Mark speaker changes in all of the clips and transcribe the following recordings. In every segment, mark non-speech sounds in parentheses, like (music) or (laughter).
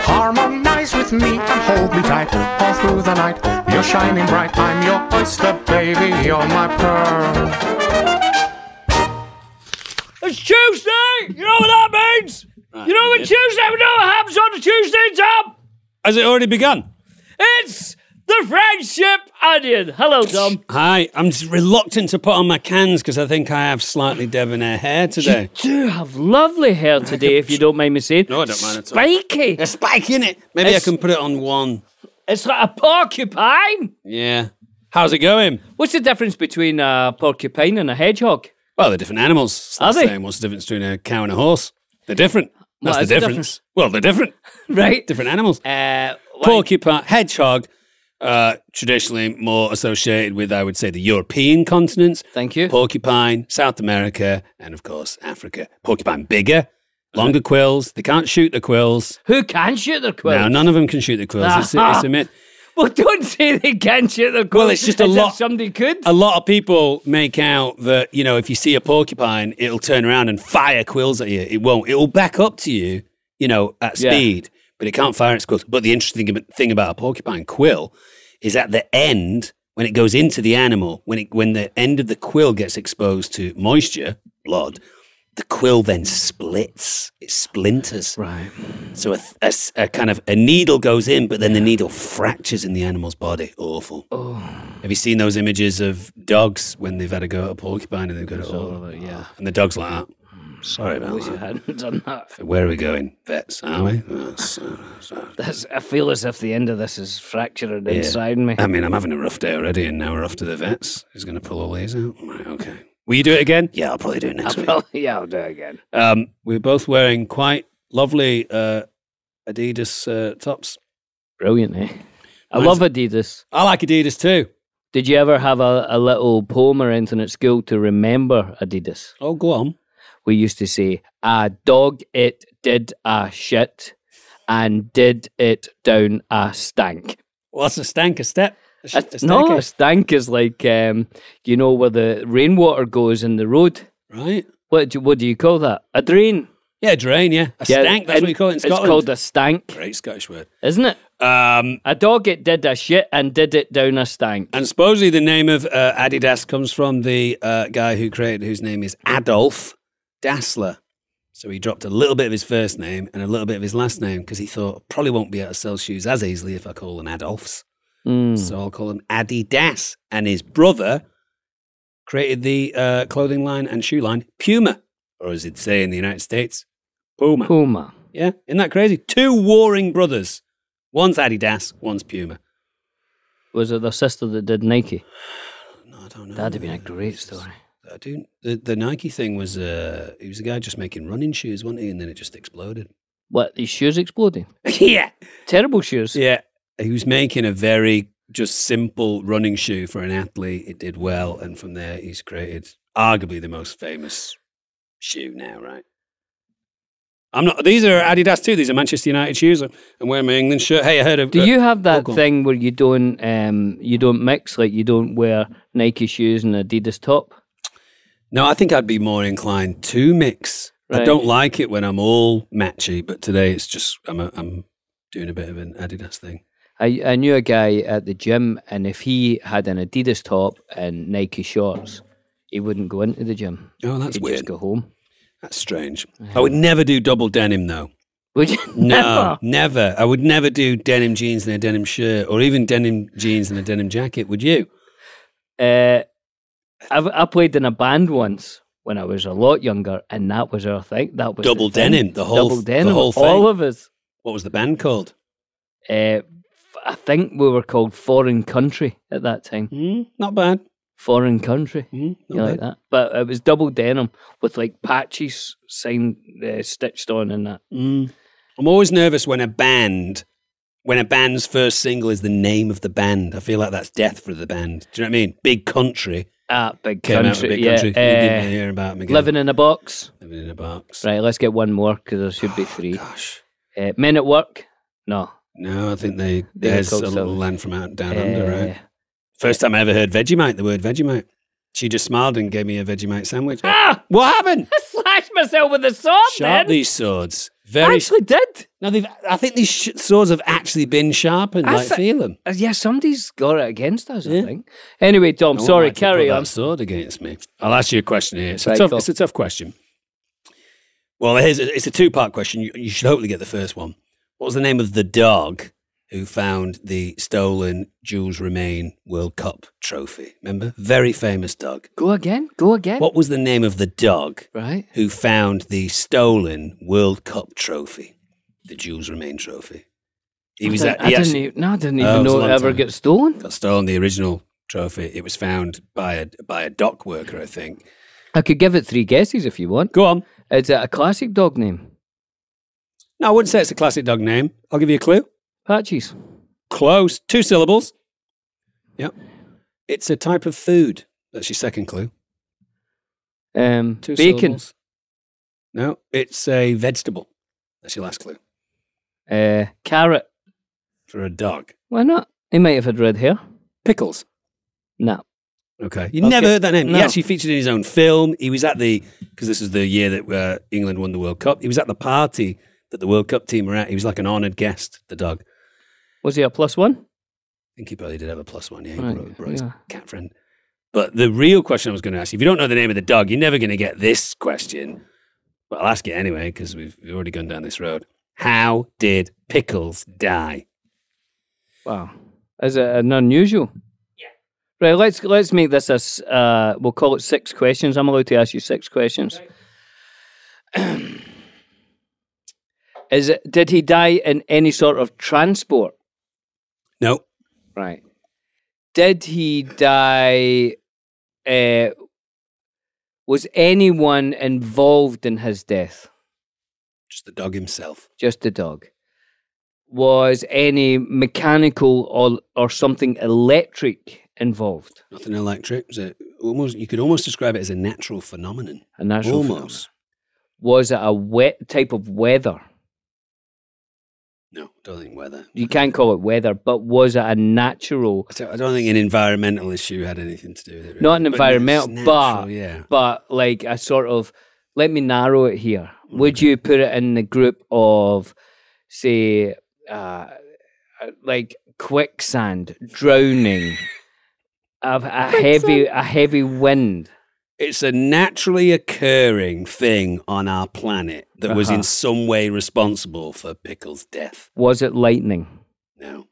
Speaker 1: Harmonize with me and hold me tight all through the night. You're shining bright. I'm your oyster, baby. You're my pearl.
Speaker 2: It's Tuesday. You know what that means? you know when Tuesday, we know what happens on a Tuesday, Tom.
Speaker 3: Has it already begun?
Speaker 2: It's the friendship onion. Hello, Tom.
Speaker 3: Hi, I'm just reluctant to put on my cans because I think I have slightly debonair hair (laughs) today.
Speaker 2: Do have lovely hair today, if you don't mind me saying.
Speaker 3: No, I don't mind at all.
Speaker 2: Spiky.
Speaker 3: There's spike in it. Maybe
Speaker 2: It's-
Speaker 3: I can put it on one.
Speaker 2: It's like a porcupine.
Speaker 3: Yeah. How's it going?
Speaker 2: What's the difference between a porcupine and a hedgehog?
Speaker 3: Well, they're different animals. It's
Speaker 2: Are
Speaker 3: the
Speaker 2: they?
Speaker 3: Same. What's the difference between a cow and a horse? They're different. That's
Speaker 2: What is
Speaker 3: the,
Speaker 2: the
Speaker 3: difference.
Speaker 2: difference?
Speaker 3: Well, they're different. (laughs)
Speaker 2: Right.
Speaker 3: Different animals.
Speaker 2: Uh, like-
Speaker 3: Porcupine, hedgehog, uh, traditionally more associated with, I would say, the European continents.
Speaker 2: Thank you.
Speaker 3: Porcupine, South America, and of course, Africa. Porcupine bigger, longer quills. They can't shoot the quills.
Speaker 2: Who can shoot their quill?
Speaker 3: Now, none of them can shoot the quills. It's, a-
Speaker 2: (laughs)
Speaker 3: it's a myth.
Speaker 2: Well, don't say they can shoot their quill.
Speaker 3: Well, it's just a
Speaker 2: as if
Speaker 3: lot-
Speaker 2: Somebody could.
Speaker 3: (laughs) A lot of people make out that, you know, if you see a porcupine, it'll turn around and fire quills at you. It won't. It'll back up to you, you know, at
Speaker 2: Yeah.
Speaker 3: speed, but it can't fire its quills. But the interesting ab- thing about a porcupine quill is at the end, when it goes into the animal, when, it, when the end of the quill gets exposed to moisture, blood, the quill then splits. It splinters.
Speaker 2: Right.
Speaker 3: So a, th- a s- a kind of a needle goes in, but then the needle fractures in the animal's body. Awful. Have you seen those images of dogs when they've had a go at a porcupine and they've got it all?
Speaker 2: yeah.
Speaker 3: And the dog's like that. Sorry about
Speaker 2: Wish you
Speaker 3: that.
Speaker 2: hadn't done that.
Speaker 3: Where are we going? Vets, are we? Oh, so- so-
Speaker 2: That's, I feel as if the end of this is fracturing inside me.
Speaker 3: I mean, I'm having a rough day already, and now we're off to the vets. Who's going to pull all these out? Right, okay. Will you do it again? Yeah, I'll probably do it next
Speaker 2: (laughs)
Speaker 3: week.
Speaker 2: Well, yeah, I'll do it again.
Speaker 3: Um, we were both wearing quite lovely uh, Adidas uh, tops.
Speaker 2: Brilliant, eh? I
Speaker 3: Mine's-
Speaker 2: love Adidas.
Speaker 3: I like Adidas too.
Speaker 2: Did you ever have a, a little poem or anything at school to remember Adidas?
Speaker 3: Oh, go on.
Speaker 2: We used to say, a dog it did a shit and did it down a stank.
Speaker 3: Well, that's a stank, a step. A sh-
Speaker 2: A,
Speaker 3: a
Speaker 2: no, a
Speaker 3: stanker.
Speaker 2: stank is like, um, you know, where the rainwater goes in the road.
Speaker 3: Right?
Speaker 2: What do, what do you call that? A drain.
Speaker 3: Yeah, drain, yeah. A
Speaker 2: Yeah,
Speaker 3: stank, that's
Speaker 2: and
Speaker 3: what you call it in Scotland.
Speaker 2: It's called a stank,
Speaker 3: Great Scottish word.
Speaker 2: isn't it?
Speaker 3: Um,
Speaker 2: A dog it did a shit and did it down a stank.
Speaker 3: and supposedly the name of uh, Adidas comes from the uh, guy who created, whose name is Adolf Dassler. So he dropped a little bit of his first name and a little bit of his last name because he thought, probably won't be able to sell shoes as easily if I call them Adolfs.
Speaker 2: Mm.
Speaker 3: So I'll call them Adidas. And his brother created the uh, clothing line and shoe line Puma, or as they'd say in the United States, Puma.
Speaker 2: Puma.
Speaker 3: Yeah, isn't that crazy? Two warring brothers. One's Adidas, one's Puma.
Speaker 2: Was it their sister that did Nike?
Speaker 3: No, I don't know.
Speaker 2: That'd have been a great story.
Speaker 3: I do. The, the Nike thing was, uh, he was a guy just making running shoes, wasn't he? And then it just exploded.
Speaker 2: What, these shoes exploding?
Speaker 3: (laughs) yeah.
Speaker 2: Terrible shoes.
Speaker 3: Yeah. He was making a very just simple running shoe for an athlete. It did well. And from there, he's created arguably the most famous shoe now, right? I'm not, these are Adidas too. These are Manchester United shoes. I'm wearing my England shirt. Hey, I heard of.
Speaker 2: Do you have that
Speaker 3: Local.
Speaker 2: thing where you don't um, you don't mix, like you don't wear Nike shoes and Adidas top?
Speaker 3: No, I think I'd be more inclined to mix. I
Speaker 2: Right.
Speaker 3: don't like it when I'm all matchy, but today it's just I'm a, I'm doing a bit of an Adidas thing.
Speaker 2: I, I knew a guy at the gym, and if he had an Adidas top and Nike shorts, he wouldn't go into the gym.
Speaker 3: Oh, that's
Speaker 2: He'd
Speaker 3: weird.
Speaker 2: just go home.
Speaker 3: That's strange. I would never do double denim though.
Speaker 2: Would you? (laughs)
Speaker 3: No, never. I would never do denim jeans and a denim shirt, or even denim jeans and a denim jacket. Would you?
Speaker 2: Never. Uh, I, I played in a band once when I was a lot younger, and that was our thing. That was the
Speaker 3: Double
Speaker 2: thing.
Speaker 3: denim, the whole-
Speaker 2: double
Speaker 3: the
Speaker 2: denim.
Speaker 3: whole thing.
Speaker 2: All of us.
Speaker 3: What was the band called?
Speaker 2: Uh, f- I think we were called Foreign Country at that time.
Speaker 3: Hmm, not bad.
Speaker 2: Foreign Country.
Speaker 3: Hmm, not
Speaker 2: you
Speaker 3: bad.
Speaker 2: like that? But it was double denim with like patches signed, uh, stitched on and that.
Speaker 3: Hmm. I'm always nervous when a band, when a band's first single is the name of the band. I feel like that's death for the band. Do you know what I mean? Big Country
Speaker 2: Ah, big
Speaker 3: came out with
Speaker 2: country.
Speaker 3: Big
Speaker 2: yeah,
Speaker 3: Country. you didn't
Speaker 2: eh,
Speaker 3: hear about them again.
Speaker 2: living in a box.
Speaker 3: Living in a box.
Speaker 2: Right, let's get one more because there
Speaker 3: Oh,
Speaker 2: should be three.
Speaker 3: Gosh.
Speaker 2: Uh, men at work. No.
Speaker 3: No, I think they,
Speaker 2: They were
Speaker 3: there's a
Speaker 2: called
Speaker 3: little
Speaker 2: something.
Speaker 3: land from out down under,
Speaker 2: Eh,
Speaker 3: right? First time I ever heard Vegemite, the word Vegemite. She just smiled and gave me a Vegemite sandwich. Ah! What happened?
Speaker 2: (laughs) I slashed myself with a sword. then.
Speaker 3: Sharp these swords.
Speaker 2: I
Speaker 3: Very.
Speaker 2: actually did.
Speaker 3: no, they've, I think these sh- swords have actually been sharpened.
Speaker 2: I
Speaker 3: like,
Speaker 2: thi-
Speaker 3: feel them.
Speaker 2: Uh, yeah, somebody's got it against us.
Speaker 3: Yeah.
Speaker 2: I think. Anyway, Tom.
Speaker 3: I won't
Speaker 2: sorry.
Speaker 3: like to
Speaker 2: Carry
Speaker 3: put
Speaker 2: on.
Speaker 3: That sword against me. I'll ask you a question here. It's a,
Speaker 2: Right,
Speaker 3: tough,
Speaker 2: go.
Speaker 3: it's a tough question. Well, here's a, it's a two part question. You, you should hopefully get the first one. What was the name of the dog who found the stolen Jules Remain World Cup trophy? Remember? Very famous dog.
Speaker 2: Go again. Go again.
Speaker 3: What was the name of the dog
Speaker 2: Right.
Speaker 3: who found the stolen World Cup trophy, the Jules Remain trophy? He was
Speaker 2: I,
Speaker 3: at,
Speaker 2: didn't- e- I
Speaker 3: he
Speaker 2: didn't.
Speaker 3: actually
Speaker 2: Even, no, I didn't
Speaker 3: Oh, it
Speaker 2: even
Speaker 3: was a
Speaker 2: know it
Speaker 3: long
Speaker 2: ever
Speaker 3: time.
Speaker 2: gets stolen.
Speaker 3: got stolen the original trophy. It was found by a by a dock worker, I think.
Speaker 2: I could give it three guesses if you want.
Speaker 3: Go on.
Speaker 2: Is it a classic dog name?
Speaker 3: No, I wouldn't say it's a classic dog name. I'll give you a clue.
Speaker 2: Patches.
Speaker 3: Close. Two syllables. Yep. It's a type of food. That's your second clue.
Speaker 2: Um,
Speaker 3: Two
Speaker 2: bacon.
Speaker 3: syllables. No, it's a vegetable. That's your last clue
Speaker 2: Uh, carrot.
Speaker 3: for a dog.
Speaker 2: Why not? He might have had red hair.
Speaker 3: Pickles.
Speaker 2: No.
Speaker 3: Okay. You
Speaker 2: Okay.
Speaker 3: never heard that name.
Speaker 2: No.
Speaker 3: He actually featured in his own film. He was at the, because this was the year that uh, England won the World Cup. He was at the party that the World Cup team were at. He was like an honoured guest, the dog. I
Speaker 2: Was he a plus one?
Speaker 3: think he probably did have a plus one. Yeah, he
Speaker 2: Right,
Speaker 3: brought, brought his
Speaker 2: yeah.
Speaker 3: cat friend. But the real question I was going to ask you, if you don't know the name of the dog, you're never going to get this question. But I'll ask it anyway because we've, we've already gone down this road. How did Pickles die?
Speaker 2: Wow. Is it an unusual? Yeah. Right. Let's let's make this a. s- Uh, we'll call it six questions. I'm allowed to ask you six questions. (clears throat) Is it? Did he die in any sort of transport?
Speaker 3: No.
Speaker 2: Right. Did he die? Uh, was anyone involved in his death?
Speaker 3: Just the dog himself.
Speaker 2: Just the dog. Was any mechanical or or something electric involved?
Speaker 3: Nothing electric. It was a, almost, you could almost describe it as a natural phenomenon.
Speaker 2: A natural phenomenon.
Speaker 3: Almost.
Speaker 2: Was it a wet type of weather?
Speaker 3: No, don't think weather.
Speaker 2: You can't call it weather, but was it a natural?
Speaker 3: I don't- I don't think an environmental issue had anything to do with it. Really.
Speaker 2: Not an
Speaker 3: But it's
Speaker 2: environmental,
Speaker 3: natural,
Speaker 2: but-
Speaker 3: yeah,
Speaker 2: But like a sort of, let me narrow it here. Would you put it in the group of, say, uh, like quicksand, drowning, of a heavy, a heavy wind?
Speaker 3: it's a naturally occurring thing on our planet that was in
Speaker 2: Uh-huh.
Speaker 3: some way responsible for Pickle's death.
Speaker 2: Was it lightning?
Speaker 3: No,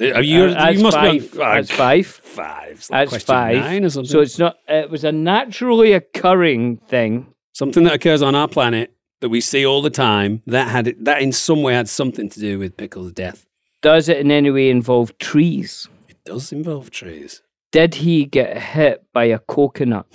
Speaker 3: Are you,
Speaker 2: Uh, that's
Speaker 3: you must be
Speaker 2: five.
Speaker 3: on- ah,
Speaker 2: That's five.
Speaker 3: Five. It's like
Speaker 2: That's
Speaker 3: question
Speaker 2: five.
Speaker 3: Nine or something.
Speaker 2: So it's not. It was a naturally occurring thing.
Speaker 3: something that occurs on our planet that we see all the time. That had that in some way had something to do with Pickle's death.
Speaker 2: Does it in any way involve trees?
Speaker 3: It does involve trees (laughs)
Speaker 2: Did he get hit by a coconut?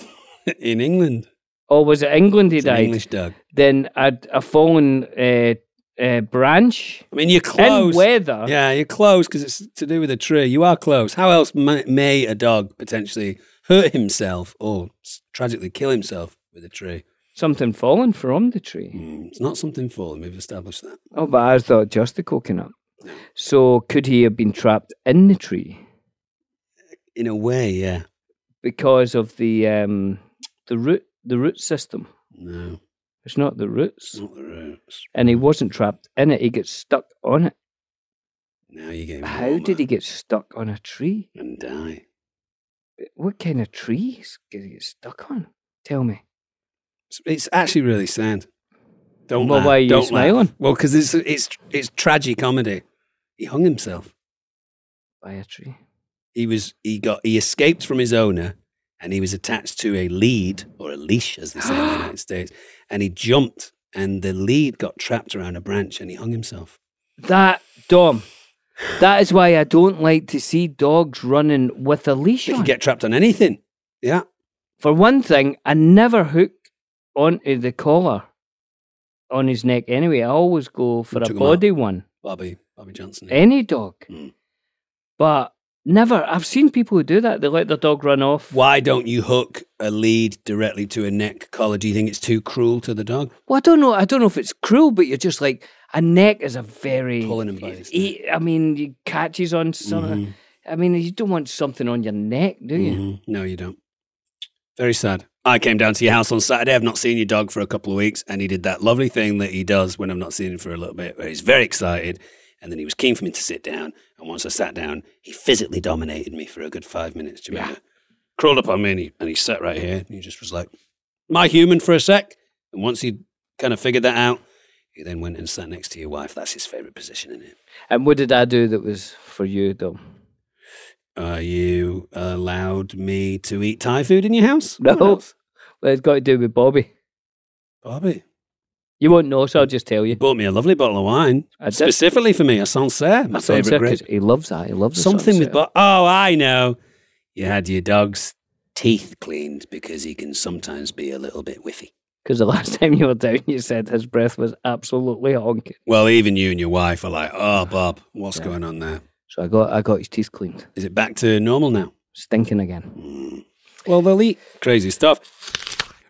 Speaker 3: in England.
Speaker 2: Or was it England he
Speaker 3: It's an
Speaker 2: died?
Speaker 3: English dog.
Speaker 2: Then a, a fallen uh, uh, branch
Speaker 3: I mean, you're close.
Speaker 2: in weather.
Speaker 3: Yeah, you're close because it's to do with a tree. You are close. How else may, may a dog potentially hurt himself or s- tragically kill himself with a tree?
Speaker 2: Something fallen from the tree.
Speaker 3: Mm, it's not something for them. We've established that.
Speaker 2: Oh, but I thought just the coconut. So could he have been trapped in the tree
Speaker 3: In a way, yeah.
Speaker 2: because of the um, the root the root system?
Speaker 3: No,
Speaker 2: It's not the roots,
Speaker 3: it's not the roots.
Speaker 2: and he wasn't trapped in it. He gets stuck on it.
Speaker 3: Now you gave me
Speaker 2: How did he get stuck on a tree?
Speaker 3: and die?
Speaker 2: What kind of trees did he get stuck on? Tell me.
Speaker 3: It's, it's actually really sad. Don't
Speaker 2: Well,
Speaker 3: laugh.
Speaker 2: why are you
Speaker 3: Don't laugh.
Speaker 2: smiling?
Speaker 3: Well, because it's it's it's tragic comedy. He hung himself.
Speaker 2: By a tree.
Speaker 3: he was he got he escaped from his owner and he was attached to a lead or a leash as they say in the united states and he jumped and the lead got trapped around a branch and he hung himself
Speaker 2: That Dom. That is why I don't like to see dogs running with a leash
Speaker 3: they
Speaker 2: on.
Speaker 3: can get trapped on anything yeah
Speaker 2: For one thing, I never hook onto the collar on his neck anyway. I always go for a
Speaker 3: took 'em out?
Speaker 2: body one.
Speaker 3: Bobby, Bobby Johnson.
Speaker 2: any dog.
Speaker 3: Mm.
Speaker 2: But never, I've seen people who do that. They let their dog run off.
Speaker 3: Why don't you hook a lead directly to a neck collar? Do you think it's too cruel to the dog?
Speaker 2: Well, I don't know. I don't know if it's cruel, but you're just like a neck is a very.
Speaker 3: Pulling him by his
Speaker 2: he- I mean, he catches on something.
Speaker 3: Mhm,
Speaker 2: I mean, you don't want something on your neck, do you?
Speaker 3: mhm. No, you don't. Very sad. I came down to your house on Saturday. I've not seen your dog for a couple of weeks, and he did that lovely thing that he does when I've not seen him for a little bit, where he's very excited. And then he was keen for me to sit down. And once I sat down, he physically dominated me for a good five minutes. Do you remember? Crawled up on me and he, and he sat right here. And he just was like, Am I human for a sec? And once he kind of figured that out, he then went and sat next to your wife. That's his favorite position in it.
Speaker 2: And what did I do that was for you, though?
Speaker 3: Uh, you allowed me to eat Thai food in your house?
Speaker 2: No.
Speaker 3: What else?
Speaker 2: Well, it's got to do with Bobby.
Speaker 3: Bobby.
Speaker 2: You won't know, so I'll just tell you.
Speaker 3: You bought me a lovely bottle of wine
Speaker 2: I did.
Speaker 3: specifically for me, a Sancerre, my
Speaker 2: That's what I'm
Speaker 3: favorite
Speaker 2: saying, 'cause
Speaker 3: grape.
Speaker 2: He loves that. He loves the
Speaker 3: Something with
Speaker 2: sunset.
Speaker 3: bo- Oh, I know. You had your dog's teeth cleaned because he can sometimes be a little bit whiffy.
Speaker 2: Because the last (laughs) time you were down, you said his breath was absolutely honking.
Speaker 3: Well, even you and your wife are like, "Oh, Bob, what's
Speaker 2: Yeah.
Speaker 3: going on there?
Speaker 2: So I got I got his teeth cleaned,
Speaker 3: Is it back to normal now?"
Speaker 2: stinking again.
Speaker 3: Well, they'll eat crazy stuff.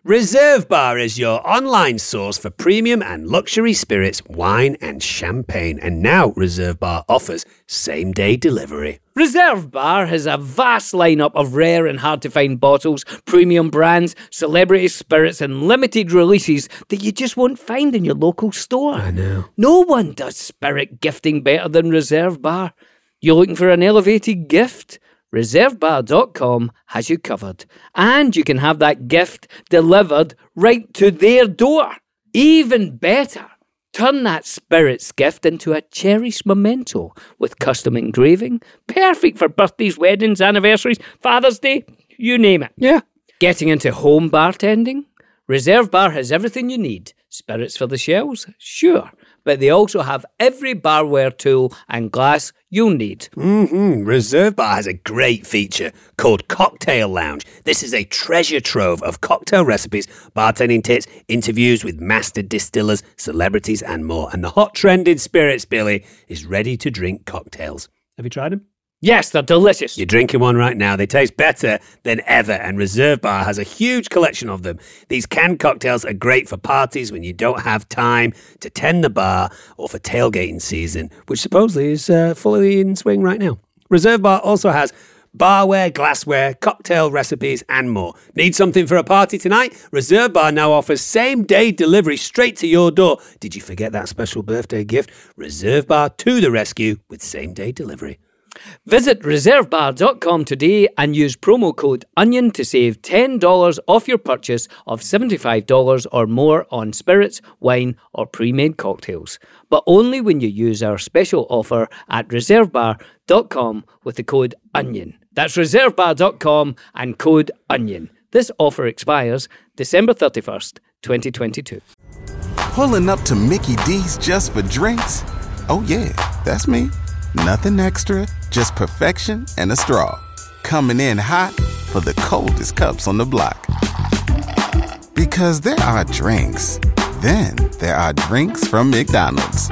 Speaker 3: Reserve Bar is your online source for premium and luxury spirits, wine, and champagne. And now Reserve Bar offers same day delivery.
Speaker 2: Reserve Bar has a vast lineup of rare and hard to find bottles, premium brands, celebrity spirits, and limited releases that you just won't find in your local store. I know. No one does spirit gifting better than Reserve Bar. You're looking for an elevated gift? ReserveBar.com has you covered. And you can have that gift delivered right to their door. Even better. Turn that spirit's gift into a cherished memento with custom engraving, perfect for birthdays, weddings, anniversaries, Father's Day, you name it.
Speaker 3: Yeah.
Speaker 2: Getting into home bartending? Reserve Bar has everything you need. Spirits for the shells? Sure. But they also have every barware tool and glass you'll need.
Speaker 3: Mm, Reserve Bar has a great feature called Cocktail Lounge. This is a treasure trove of cocktail recipes, bartending tips, interviews with master distillers, celebrities, and more. And the hot trend in spirits, Billy, is ready to drink cocktails. Have you tried them?
Speaker 2: Yes, they're delicious.
Speaker 3: You're drinking one right now. They taste better than ever, and Reserve Bar has a huge collection of them. These canned cocktails are great for parties when you don't have time to tend the bar or for tailgating season, which supposedly is uh, fully in swing right now. Reserve Bar also has barware, glassware, cocktail recipes, and more. Need something for a party tonight? Reserve Bar now offers same day delivery straight to your door. Did you forget that special birthday gift? Reserve Bar to the rescue with same day delivery.
Speaker 2: Visit reservebar.com today and use promo code ONION to save $10 off your purchase of $75 or more on spirits, wine, or pre made cocktails. But only when you use our special offer at reservebar.com with the code ONION. That's reservebar.com and code ONION. This offer expires December 31st, 2022.
Speaker 4: Pulling up to Mickey D's just for drinks? Oh, yeah, that's me. Nothing extra, just perfection and a straw. Coming in hot for the coldest cups on the block. Because there are drinks, then there are drinks from McDonald's.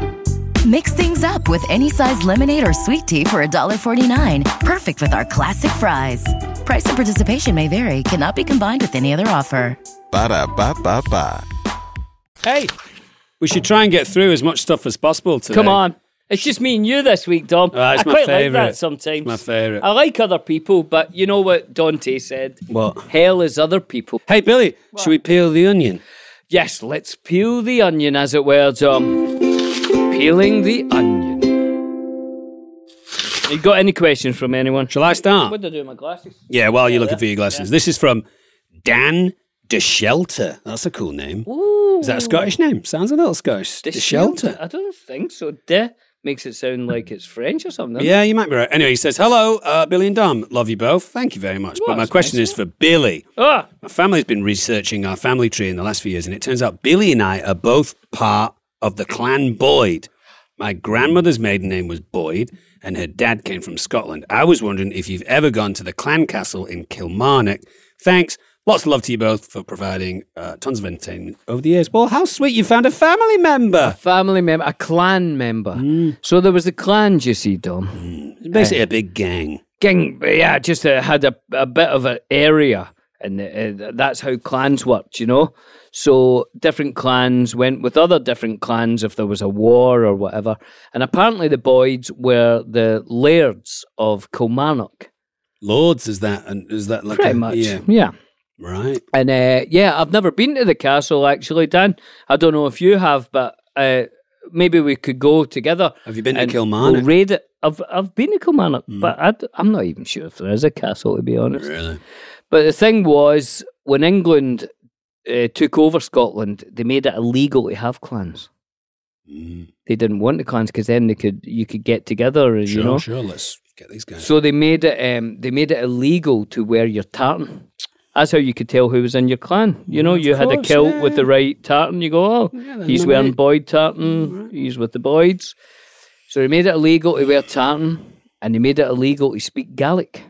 Speaker 5: Mix things up with any size lemonade or sweet tea for $1.49. Perfect with our classic fries. Price and participation may vary, cannot be combined with any other offer.
Speaker 4: Ba da ba ba ba.
Speaker 3: Hey, we should try and get through as much stuff as possible today.
Speaker 2: Come on. It's just me and you this week, Dom.
Speaker 3: Ah, it's
Speaker 2: I
Speaker 3: my
Speaker 2: quite like
Speaker 3: favourite.
Speaker 2: that sometimes.
Speaker 3: It's my favourite.
Speaker 2: I like other people, but you know what Dante said?
Speaker 3: What?
Speaker 2: Hell is other people.
Speaker 3: Hey, Billy, should we peel the onion?
Speaker 2: Yes, let's peel the onion, as it were, Dom. Peeling the onion. You got any questions from anyone?
Speaker 3: Shall I
Speaker 2: What
Speaker 3: start?
Speaker 2: did I do with my glasses?
Speaker 3: Yeah, while you're looking for your glasses. This is from Dan De Shelter. That's a cool name.
Speaker 2: Ooh.
Speaker 3: Is that a Scottish name? Sounds a little Scottish.
Speaker 2: The
Speaker 3: De Shelter.
Speaker 2: I don't think so. De makes it sound like it's French or something.
Speaker 3: Yeah, you might be right. Anyway, he says, Hello, uh, Billy and Dom. Love you both. Thank you very much.
Speaker 2: Well,
Speaker 3: but my
Speaker 2: that's
Speaker 3: question
Speaker 2: nice,
Speaker 3: is for Billy.
Speaker 2: Ah,
Speaker 3: My family's been researching our family tree in the last few years, and it turns out Billy and I are both part of the clan Boyd. My grandmother's maiden name was Boyd, and her dad came from Scotland. I was wondering if you've ever gone to the clan castle in Kilmarnock. Thanks. Lots of love to you both for providing uh, tons of entertainment over the years. Well, how sweet you found a family member.
Speaker 2: Family member, a clan member. So there was the clans, you see, Dom.
Speaker 3: It's basically a big gang.
Speaker 2: Gang, yeah, just uh, had a, a bit of an area, and uh, that's how clans worked, you know. So different clans went with other different clans if there was a war or whatever. And apparently the Boyds were the lairds of Kilmarnock,
Speaker 3: Lords is that and is that like
Speaker 2: pretty
Speaker 3: a,
Speaker 2: much.
Speaker 3: Yeah,
Speaker 2: yeah.
Speaker 3: right.
Speaker 2: And uh, yeah, I've never been to the castle actually, Dan. I don't know if you have, but uh, maybe we could go together.
Speaker 3: Have you been to
Speaker 2: and
Speaker 3: Kilmarnock? Hmm.
Speaker 2: We'll raid it. I've I've been to Kilmarnock, but I d- I'm not even sure if there is a castle to be honest.
Speaker 3: Really?
Speaker 2: But the thing was, when England uh, took over Scotland, they made it illegal to have clans. They didn't want the clans because then they could you could get together,
Speaker 3: Sure,
Speaker 2: you know.
Speaker 3: sure. Let's get these guys.
Speaker 2: So they made it um, they made it illegal to wear your tartan. That's how you could tell who was in your clan. You know, you had a
Speaker 3: course,
Speaker 2: kilt
Speaker 3: yeah,
Speaker 2: with the right tartan. You go, oh,
Speaker 3: they're
Speaker 2: he's
Speaker 3: my
Speaker 2: wearing
Speaker 3: mate.
Speaker 2: Boyd tartan.
Speaker 3: Mm-hmm.
Speaker 2: He's with the Boyds. So they made it illegal to wear tartan, and they made it illegal to speak Gaelic.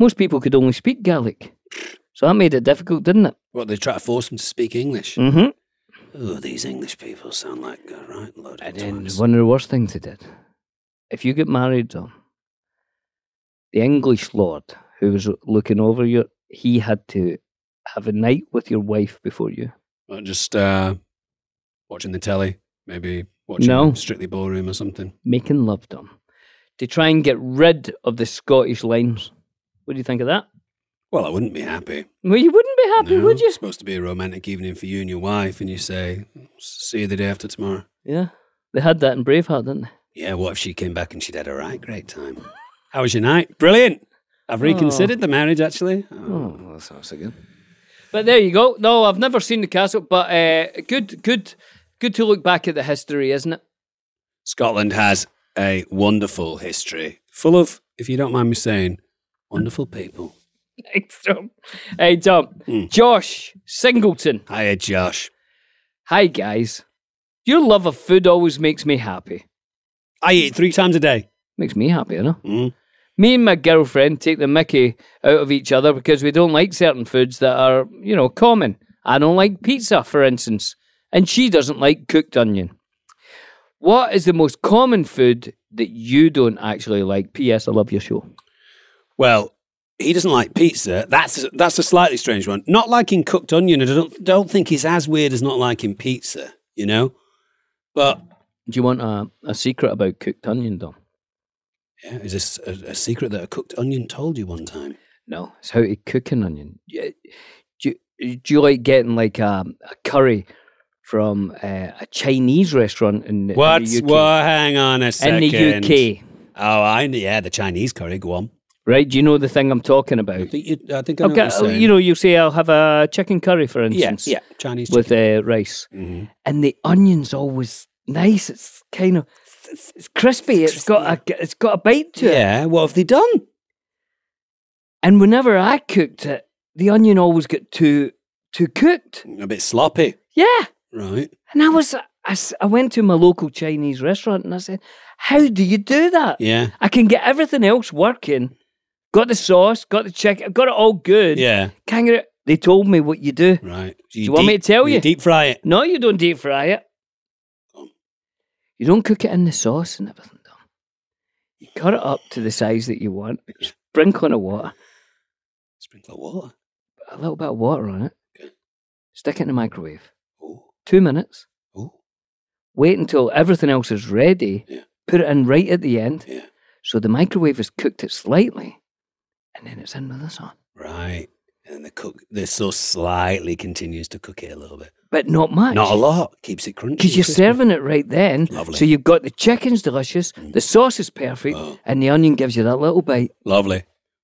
Speaker 2: Most people could only speak Gaelic, so that made it difficult, didn't it?
Speaker 3: what they try to force them to speak English?
Speaker 2: Mm-hmm.
Speaker 3: Oh, these English people sound like a right load of
Speaker 2: And then
Speaker 3: twats.
Speaker 2: one of the worst things they did, if you get married, Dom, the English lord who was looking over you, he had to have a night with your wife before you.
Speaker 3: Or just uh, watching the telly, maybe watching
Speaker 2: No.
Speaker 3: Strictly Ballroom or something.
Speaker 2: making love to him to try and get rid of the Scottish lines. What do you think of that?
Speaker 3: Well, I wouldn't be happy.
Speaker 2: Well, you wouldn't be happy,
Speaker 3: No,
Speaker 2: would you?
Speaker 3: It's supposed to be a romantic evening for you and your wife, and you say, "See you the day after tomorrow."
Speaker 2: Yeah. They had that in Braveheart, didn't they?
Speaker 3: Yeah, what if she came back and she'd had a right great time? How was your night? Brilliant. I've reconsidered the marriage, actually.
Speaker 2: Hmm.
Speaker 3: Oh, that sounds good.
Speaker 2: But there you go. No, I've never seen the castle, but uh, good, good, good to look back at the history, isn't it?
Speaker 3: Scotland has a wonderful history, full of, if you don't mind me saying, wonderful people.
Speaker 2: Thanks, Tom. Hey, Tom. Josh Singleton.
Speaker 3: Hiya, Josh.
Speaker 2: Hi, guys. Your love of food always makes me happy.
Speaker 3: I eat three times a day.
Speaker 2: Makes me happy, you know?
Speaker 3: Mm.
Speaker 2: me and my girlfriend take the mickey out of each other because we don't like certain foods that are, you know, common. I don't like pizza, for instance, and she doesn't like cooked onion. What is the most common food that you don't actually like? P.S. I love your show.
Speaker 3: Well, he doesn't like pizza. That's that's a slightly strange one. Not liking cooked onion. I don't don't think he's as weird as not liking pizza. You know, but
Speaker 2: Do you want a, a secret about cooked onion, Dom?
Speaker 3: yeah, is this a, a secret that a cooked onion told you one time?
Speaker 2: No, it's how to cook an onion. Y- Do you, do you like getting like a, a curry from uh, a Chinese restaurant in, in
Speaker 3: What's
Speaker 2: the UK?
Speaker 3: what? Hang on a
Speaker 2: in
Speaker 3: second.
Speaker 2: the UK,
Speaker 3: Oh, I yeah, the Chinese curry. Go on.
Speaker 2: right? Do you know the thing I'm talking about?
Speaker 3: I think uh, you, I think I know
Speaker 2: I've
Speaker 3: what you're
Speaker 2: got, oh,
Speaker 3: saying.
Speaker 2: you know, you say I'll have a chicken curry, for
Speaker 3: yeah,
Speaker 2: instance,
Speaker 3: yeah, Chinese
Speaker 2: with uh, rice,
Speaker 3: Mhm.
Speaker 2: and the onion's always nice. It's kind of it's, it's crispy. it's got a it's got a bite to it.
Speaker 3: Mm-hmm. Yeah, what have they done?
Speaker 2: And whenever I cooked it, the onion always got too too cooked.
Speaker 3: A bit sloppy,
Speaker 2: Yeah,
Speaker 3: right?
Speaker 2: and I was I, s- I went to my local Chinese restaurant and I said, "How do you do that?
Speaker 3: Yeah,
Speaker 2: I can get everything else working. Got the sauce, got the chicken, got it all good.
Speaker 3: yeah,
Speaker 2: Can you?" They told me what you do.
Speaker 3: right.
Speaker 2: Do you want me to tell you?
Speaker 3: Deep fry it.
Speaker 2: No, you don't deep fry it. You don't cook it in the sauce and everything, Dom. You cut it up to the size that you want, sprinkle on a water,
Speaker 3: Sprinkle of water.
Speaker 2: a little bit of water on it, stick it in the microwave.
Speaker 3: Oh,
Speaker 2: Two minutes,
Speaker 3: oh,
Speaker 2: wait until everything else is ready,
Speaker 3: Yeah.
Speaker 2: put it in right at the end.
Speaker 3: yeah.
Speaker 2: So the microwave has cooked it slightly, and then it's in with the sauce.
Speaker 3: Right. And the cook, the sauce slightly continues to cook it a little bit.
Speaker 2: But not much.
Speaker 3: Not a lot. Keeps it crunchy.
Speaker 2: Because you're
Speaker 3: crispy.
Speaker 2: serving it right then.
Speaker 3: Lovely. Mm.
Speaker 2: So you've got the chicken's delicious, the sauce is perfect,
Speaker 3: Oh.
Speaker 2: and the onion gives you that little bite.
Speaker 3: Lovely.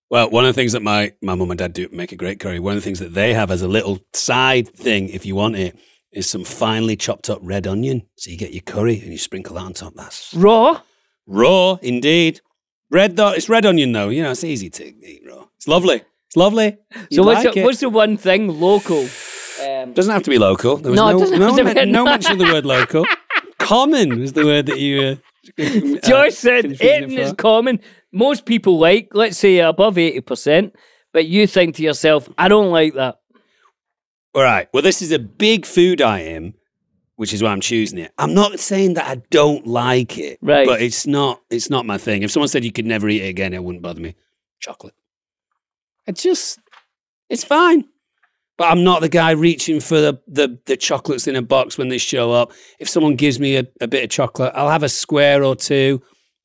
Speaker 3: Well, one of the things that my, my mum and dad do make a great curry, one of the things that they have as a little side thing, if you want it, is some finely chopped up red onion. So you get your curry and you sprinkle that on top. That's
Speaker 2: Raw.
Speaker 3: raw, indeed. Red though, it's red onion though. You know, it's easy to eat raw. It's lovely. It's lovely. You'd
Speaker 2: So what's,
Speaker 3: like
Speaker 2: the,
Speaker 3: it.
Speaker 2: what's the one thing local? Um,
Speaker 3: Doesn't have to be local. There was
Speaker 2: No, it
Speaker 3: no,
Speaker 2: doesn't
Speaker 3: no,
Speaker 2: have to
Speaker 3: men-
Speaker 2: be-
Speaker 3: no mention of the
Speaker 2: (laughs)
Speaker 3: word local. Common was the word that you were. uh,
Speaker 2: Josh said
Speaker 3: confusing
Speaker 2: eating is common. Most people like, let's say, above eighty percent, that you think to yourself, I don't like that.
Speaker 3: All right. Well, this is a big food item, which is why I'm choosing it. I'm not saying that I don't like it,
Speaker 2: Right.
Speaker 3: But it's not. It's not my thing. If someone said you could never eat it again, it wouldn't bother me. Chocolate. It's just. It's fine. But I'm not the guy reaching for the, the, the chocolates in a box when they show up. If someone gives me a, a bit of chocolate, I'll have a square or two.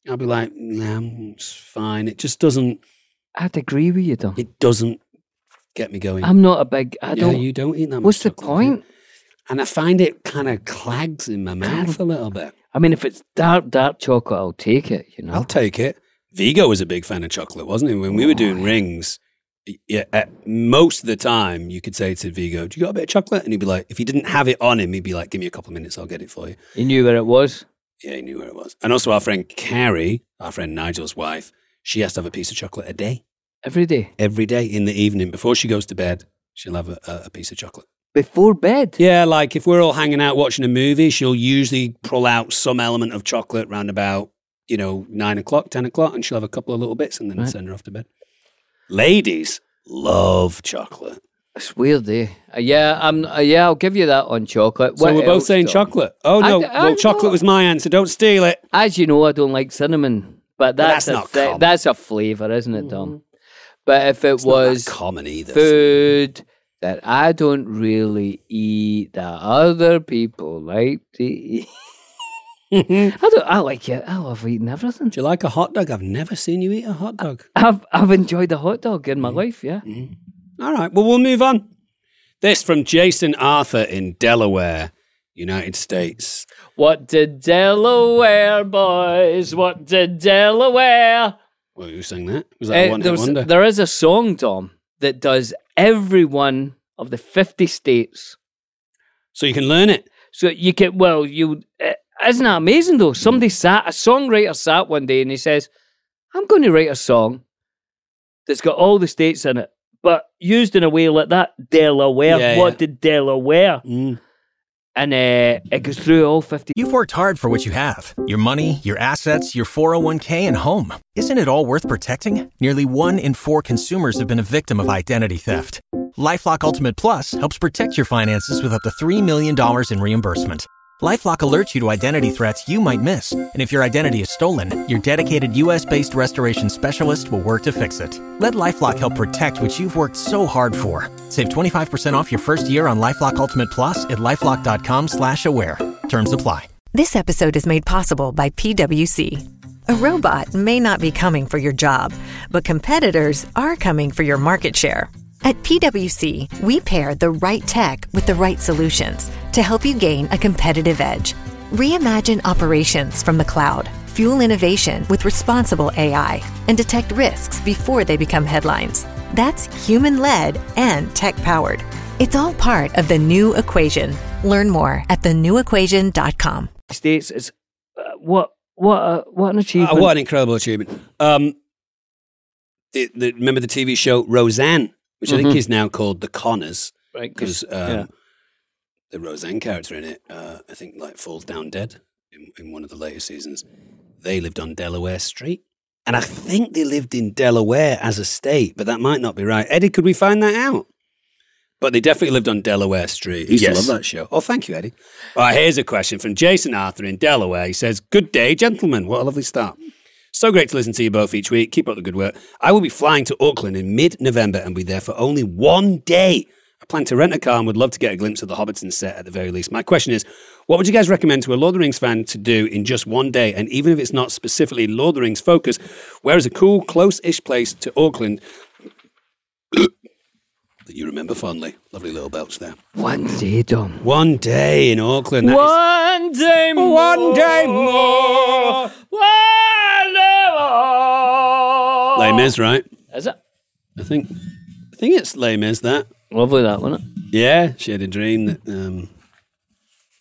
Speaker 3: I'll be like, nah, it's fine. It just doesn't
Speaker 2: I'd agree with you, though.
Speaker 3: it doesn't get me going.
Speaker 2: I'm not a big. Um, I
Speaker 3: Yeah,
Speaker 2: don't.
Speaker 3: you don't eat that
Speaker 2: what's
Speaker 3: much
Speaker 2: the
Speaker 3: chocolate, do you?
Speaker 2: point?
Speaker 3: and I find it kind of clags in my mouth a little bit.
Speaker 2: I mean, if it's dark, dark chocolate, I'll take it. You know.
Speaker 3: I'll take it. Vigo was a big fan of chocolate, wasn't he? When we were doing rings, y- yeah, at most of the time you could say to Vigo, "Do you got a bit of chocolate?" And he'd be like, "If he didn't have it on him, he'd be like, give me a couple of minutes, I'll get it for you."
Speaker 2: you knew where it was.
Speaker 3: Yeah, he knew where it was. And also, our friend Carrie, our friend Nigel's wife, she has to have a piece of chocolate a day,
Speaker 2: Every day
Speaker 3: every day in the evening before she goes to bed. She'll have a, a, a piece of chocolate.
Speaker 2: before bed.
Speaker 3: Yeah, like if we're all hanging out watching a movie, she'll usually pull out some element of chocolate round about, you know, nine o'clock, 10 o'clock, and she'll have a couple of little bits and then
Speaker 2: Right.
Speaker 3: send her off to bed. Ladies love chocolate.
Speaker 2: It's weird, eh? Uh, yeah, I'm. Uh, yeah, I'll give you that on chocolate.
Speaker 3: So
Speaker 2: What
Speaker 3: we're both
Speaker 2: else,
Speaker 3: saying
Speaker 2: though?
Speaker 3: chocolate. Oh,
Speaker 2: I
Speaker 3: no.
Speaker 2: d- I
Speaker 3: well,
Speaker 2: know.
Speaker 3: chocolate was my answer. Don't steal it.
Speaker 2: As you know, I don't like cinnamon, but
Speaker 3: Well,
Speaker 2: that's
Speaker 3: that's
Speaker 2: a
Speaker 3: not
Speaker 2: thi-
Speaker 3: common. Mm-hmm.
Speaker 2: that's a flavour, isn't it, Dom? But if it
Speaker 3: It's not that
Speaker 2: was
Speaker 3: common either. (laughs)
Speaker 2: food that I don't really eat that other people like to eat, (laughs) I don't. I like it. I love eating everything.
Speaker 3: Do you like a hot dog? I've never seen you eat a hot dog.
Speaker 2: I've I've enjoyed a hot dog in my life. Yeah.
Speaker 3: All right. Well, we'll move on. This from Jason Arthur in Delaware, United States.
Speaker 2: What did Delaware boys? What did Delaware?
Speaker 3: Well, who sang that? Was that
Speaker 2: Uh,
Speaker 3: one
Speaker 2: there
Speaker 3: hit
Speaker 2: was-
Speaker 3: wonder?
Speaker 2: there is a song, Dom, that does every one of the 50 states.
Speaker 3: So you can learn it.
Speaker 2: So you can, well, you, uh, isn't that amazing though? Somebody
Speaker 3: Hmm.
Speaker 2: sat, a songwriter sat one day and he says, I'm going to write a song that's got all the states in it, but used in a way like that Delaware.
Speaker 3: Yeah,
Speaker 2: what
Speaker 3: yeah.
Speaker 2: did Delaware? And uh, it goes through all 50.
Speaker 6: You've worked hard for what you have your money, your assets, your 401k, and home. Isn't it all worth protecting? Nearly one in four consumers have been a victim of identity theft. Lifelock Ultimate Plus helps protect your finances with up to $3 million in reimbursement. Lifelock alerts you to identity threats you might miss. And if your identity is stolen, your dedicated US based restoration specialist will work to fix it. Let Lifelock help protect what you've worked so hard for. Save 25% off your first year on Lifelock Ultimate Plus at lifelock.com slash aware. Terms apply.
Speaker 7: This episode is made possible by PWC. A robot may not be coming for your job, but competitors are coming for your market share. At PWC, we pair the right tech with the right solutions to help you gain a competitive edge. Reimagine operations from the cloud, fuel innovation with responsible AI, and detect risks before they become headlines. That's human led and tech powered. It's all part of the new equation. Learn more at thenewequation.com.
Speaker 2: states is uh, what what a, what an achievement.
Speaker 3: Ah, what an incredible achievement. Um, the, the, remember the TV show Roseanne, which I think is now called The Connors,
Speaker 2: Mm-hmm. right?
Speaker 3: because
Speaker 2: 'cause-
Speaker 3: um,
Speaker 2: yeah.
Speaker 3: the Roseanne character in it, uh, I think, like falls down dead in, in one of the later seasons. They lived on Delaware Street. And I think they lived in Delaware as a state, but that might not be right. Eddie, could we find that out? But they definitely lived on Delaware Street. I used
Speaker 8: Yes.
Speaker 3: to love that show. Oh, thank you, Eddie. All right, here's a question from Jason Arthur in Delaware. He says, Good day, gentlemen. What a lovely start. So great to listen to you both each week. Keep up the good work. I will be flying to Auckland in mid November and be there for only one day. I plan to rent a car and would love to get a glimpse of the Hobbiton set at the very least. My question is what would you guys recommend to a Lord of the Rings fan to do in just one day? And even if it's not specifically Lord of the Rings focus, where is a cool, close ish place to Auckland (coughs) that you remember fondly? Lovely little belch there.
Speaker 2: One
Speaker 3: Mm.
Speaker 2: day, Dom.
Speaker 3: One day in Auckland. that is-
Speaker 2: One day more.
Speaker 3: One day more.
Speaker 2: One day more.
Speaker 3: Les Mis, right?
Speaker 2: Is it?
Speaker 3: I think. I think it's Les Mis that.
Speaker 2: Lovely that, wasn't it?
Speaker 3: Yeah, she had a dream that um,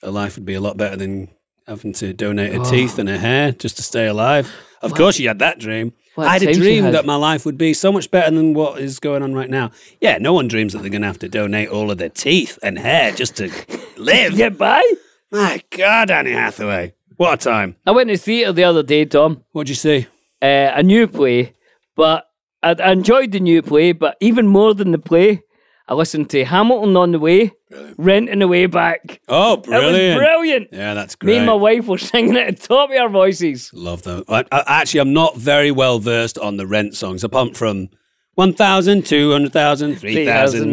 Speaker 3: her life would be a lot better than having to donate her teeth
Speaker 2: Oh.
Speaker 3: and her hair just to stay alive. Of course, she had that dream.
Speaker 2: What
Speaker 3: I had a
Speaker 2: time she
Speaker 3: dream
Speaker 2: had?
Speaker 3: that my life would be so much better than what is going on right now. Yeah, no one dreams that they're going to have to donate all of their teeth and hair
Speaker 2: (laughs)
Speaker 3: just to live.
Speaker 2: Get by.
Speaker 3: My God, Annie Hathaway. What a time.
Speaker 2: I went to theatre the other day, Tom.
Speaker 3: What'd you see?
Speaker 2: Uh, a new play, but I, I enjoyed the new play, but even more than the play, I listened to Hamilton on the way, Rent on the way back.
Speaker 3: Oh, brilliant.
Speaker 2: It was brilliant.
Speaker 3: Yeah, that's
Speaker 2: Me
Speaker 3: great.
Speaker 2: and my wife were (laughs) singing it at the top of our voices.
Speaker 3: Love them. I, I, actually, I'm not very well versed on the Rent songs, apart from 1,000, 200,000, 3,000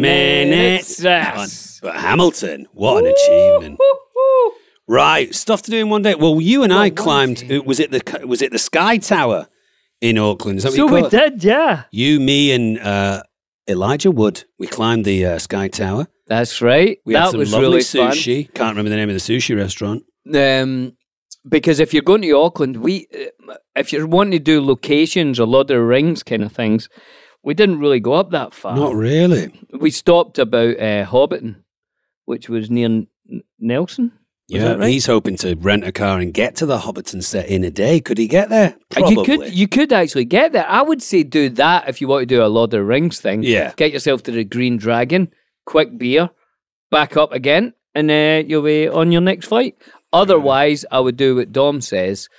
Speaker 2: minutes,
Speaker 3: minutes.
Speaker 2: yes.
Speaker 3: But Hamilton, what an achievement.
Speaker 2: Woo-hoo.
Speaker 3: Right, stuff to do in one day. Well, you and I climbed. uh, Was it the was it the Sky Tower in Auckland? Is that what
Speaker 2: So
Speaker 3: you call
Speaker 2: we
Speaker 3: it?
Speaker 2: did, yeah.
Speaker 3: You, me, and uh, Elijah Wood. We climbed the uh, Sky Tower.
Speaker 2: That's right.
Speaker 3: We
Speaker 2: that
Speaker 3: had some
Speaker 2: was
Speaker 3: lovely
Speaker 2: really
Speaker 3: sushi. Can't remember the name of the sushi restaurant.
Speaker 2: fun. Um, because if you're going to Auckland, we uh, if you're wanting to do locations or Lord of the Rings kind of things, we didn't really go up that far.
Speaker 3: Not really.
Speaker 2: we stopped about uh, Hobbiton, which was near N- Nelson. Was
Speaker 3: Yeah,
Speaker 2: that right?
Speaker 3: he's hoping to rent a car and get to the Hobbiton set in a day. Could he get there?
Speaker 2: Uh,
Speaker 3: Probably.
Speaker 2: You could you could actually get there. I would say do that if you want to do a Lord of the Rings thing.
Speaker 3: Yeah.
Speaker 2: Get yourself to the Green Dragon, quick beer, back up again, and uh, you'll be on your next flight. Otherwise, I would do what Dom says.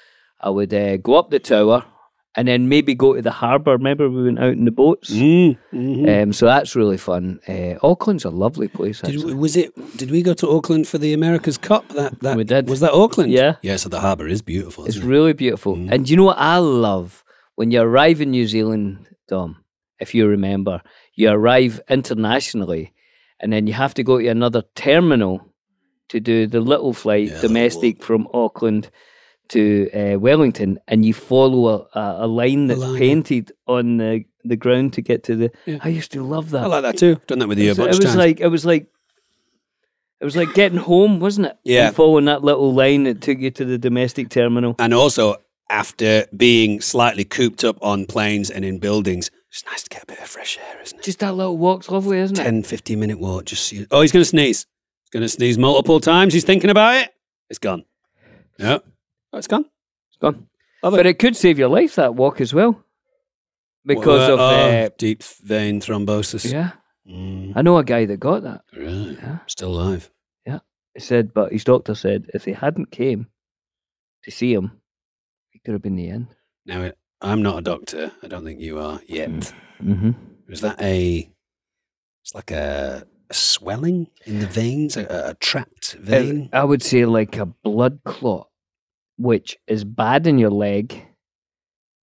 Speaker 2: I would uh, go up the tower and then maybe go to the harbour. Remember we went out in the boats?
Speaker 3: Mm, mhm.
Speaker 2: Um, so that's really fun. Uh, Auckland's a lovely place.
Speaker 3: Did,
Speaker 2: actually.
Speaker 3: we- was it? Did we go to Auckland for the America's Cup? That, that
Speaker 2: We did.
Speaker 3: Was that Auckland?
Speaker 2: Yeah.
Speaker 3: Yeah. So the harbour is beautiful.
Speaker 2: It's
Speaker 3: isn't it?
Speaker 2: really beautiful.
Speaker 3: Mm.
Speaker 2: And you know what I love? When you arrive in New Zealand, Dom, if you remember, you arrive internationally and then you have to go to another terminal to do the little flight
Speaker 3: Yeah,
Speaker 2: domestic from Auckland to uh, Wellington and you follow a, a, a line that's
Speaker 3: line.
Speaker 2: painted on the, the ground to get to the. I used to love that.
Speaker 3: I like that too. Done that with you a
Speaker 2: So
Speaker 3: bunch
Speaker 2: it was
Speaker 3: of times.
Speaker 2: like it was like it was like getting home, wasn't it?
Speaker 3: Yeah.
Speaker 2: And following that little line that took you to the domestic terminal.
Speaker 3: and also after being slightly cooped up on planes and in buildings, it's nice to get a bit of fresh air, isn't it?
Speaker 2: Just that little walk's lovely, isn't it?
Speaker 3: 10, 15 minute walk. Just see. Oh, he's going to sneeze. He's going to sneeze multiple times. He's thinking about it. It's gone. No. Oh, it's gone.
Speaker 2: It's gone.
Speaker 3: Love
Speaker 2: But it could save your life that walk as well, because
Speaker 3: Well,
Speaker 2: of
Speaker 3: oh,
Speaker 2: uh,
Speaker 3: deep vein thrombosis.
Speaker 2: yeah.
Speaker 3: Mm,
Speaker 2: I know a guy that got that.
Speaker 3: right.
Speaker 2: Yeah.
Speaker 3: Still alive.
Speaker 2: He said, but his doctor said if they hadn't came to see him, it could have been the end.
Speaker 3: Now, it- I'm not a doctor. I don't think you are yet.
Speaker 2: Mm-hmm.
Speaker 3: Was that a? It's like a, a swelling in the veins, a, a- a trapped
Speaker 2: Uh,
Speaker 3: vein.
Speaker 2: I would say like a blood clot, which is bad in your leg,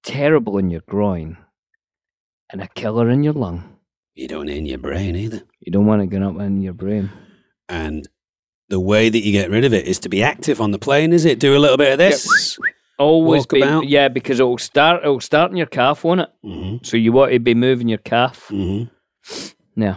Speaker 2: terrible in your groin, and a killer in your lung.
Speaker 3: you don't in your brain either.
Speaker 2: You don't want it going up in your brain.
Speaker 3: And the way that you get rid of it is to be active on the plane, is it? Do a little bit of this.
Speaker 2: Always
Speaker 3: Walk
Speaker 2: be
Speaker 3: about.
Speaker 2: yeah, because it'll start it'll start in your calf, won't it?
Speaker 3: hmm
Speaker 2: So you want to be moving your calf.
Speaker 3: hmm
Speaker 2: Yeah.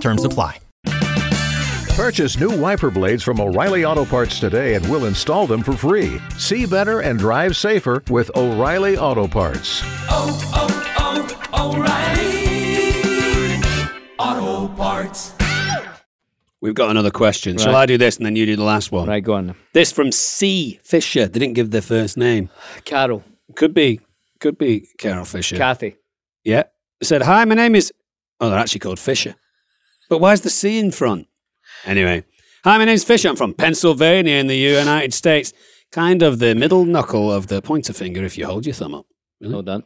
Speaker 6: Terms apply.
Speaker 8: Purchase new wiper blades from O'Reilly Auto Parts today and we'll install them for free. See better and drive safer with O'Reilly Auto Parts.
Speaker 1: Oh, oh, O'Reilly Auto Parts.
Speaker 3: We've got another question. Shall
Speaker 2: Right.
Speaker 3: I do this and then you do the last one?
Speaker 2: Right, go on. then.
Speaker 3: This from C. Fisher. They didn't give their first name.
Speaker 2: Carol,
Speaker 3: Could be, could be Carol Fisher.
Speaker 2: Kathy.
Speaker 3: yeah. They said, "Hi, my name is." Oh, they're actually called Fisher. But why's the C in front? Anyway, hi, my name's Fisher. I'm from Pennsylvania in the United States. Kind of the middle knuckle of the pointer finger if you hold your thumb up.
Speaker 2: Well done.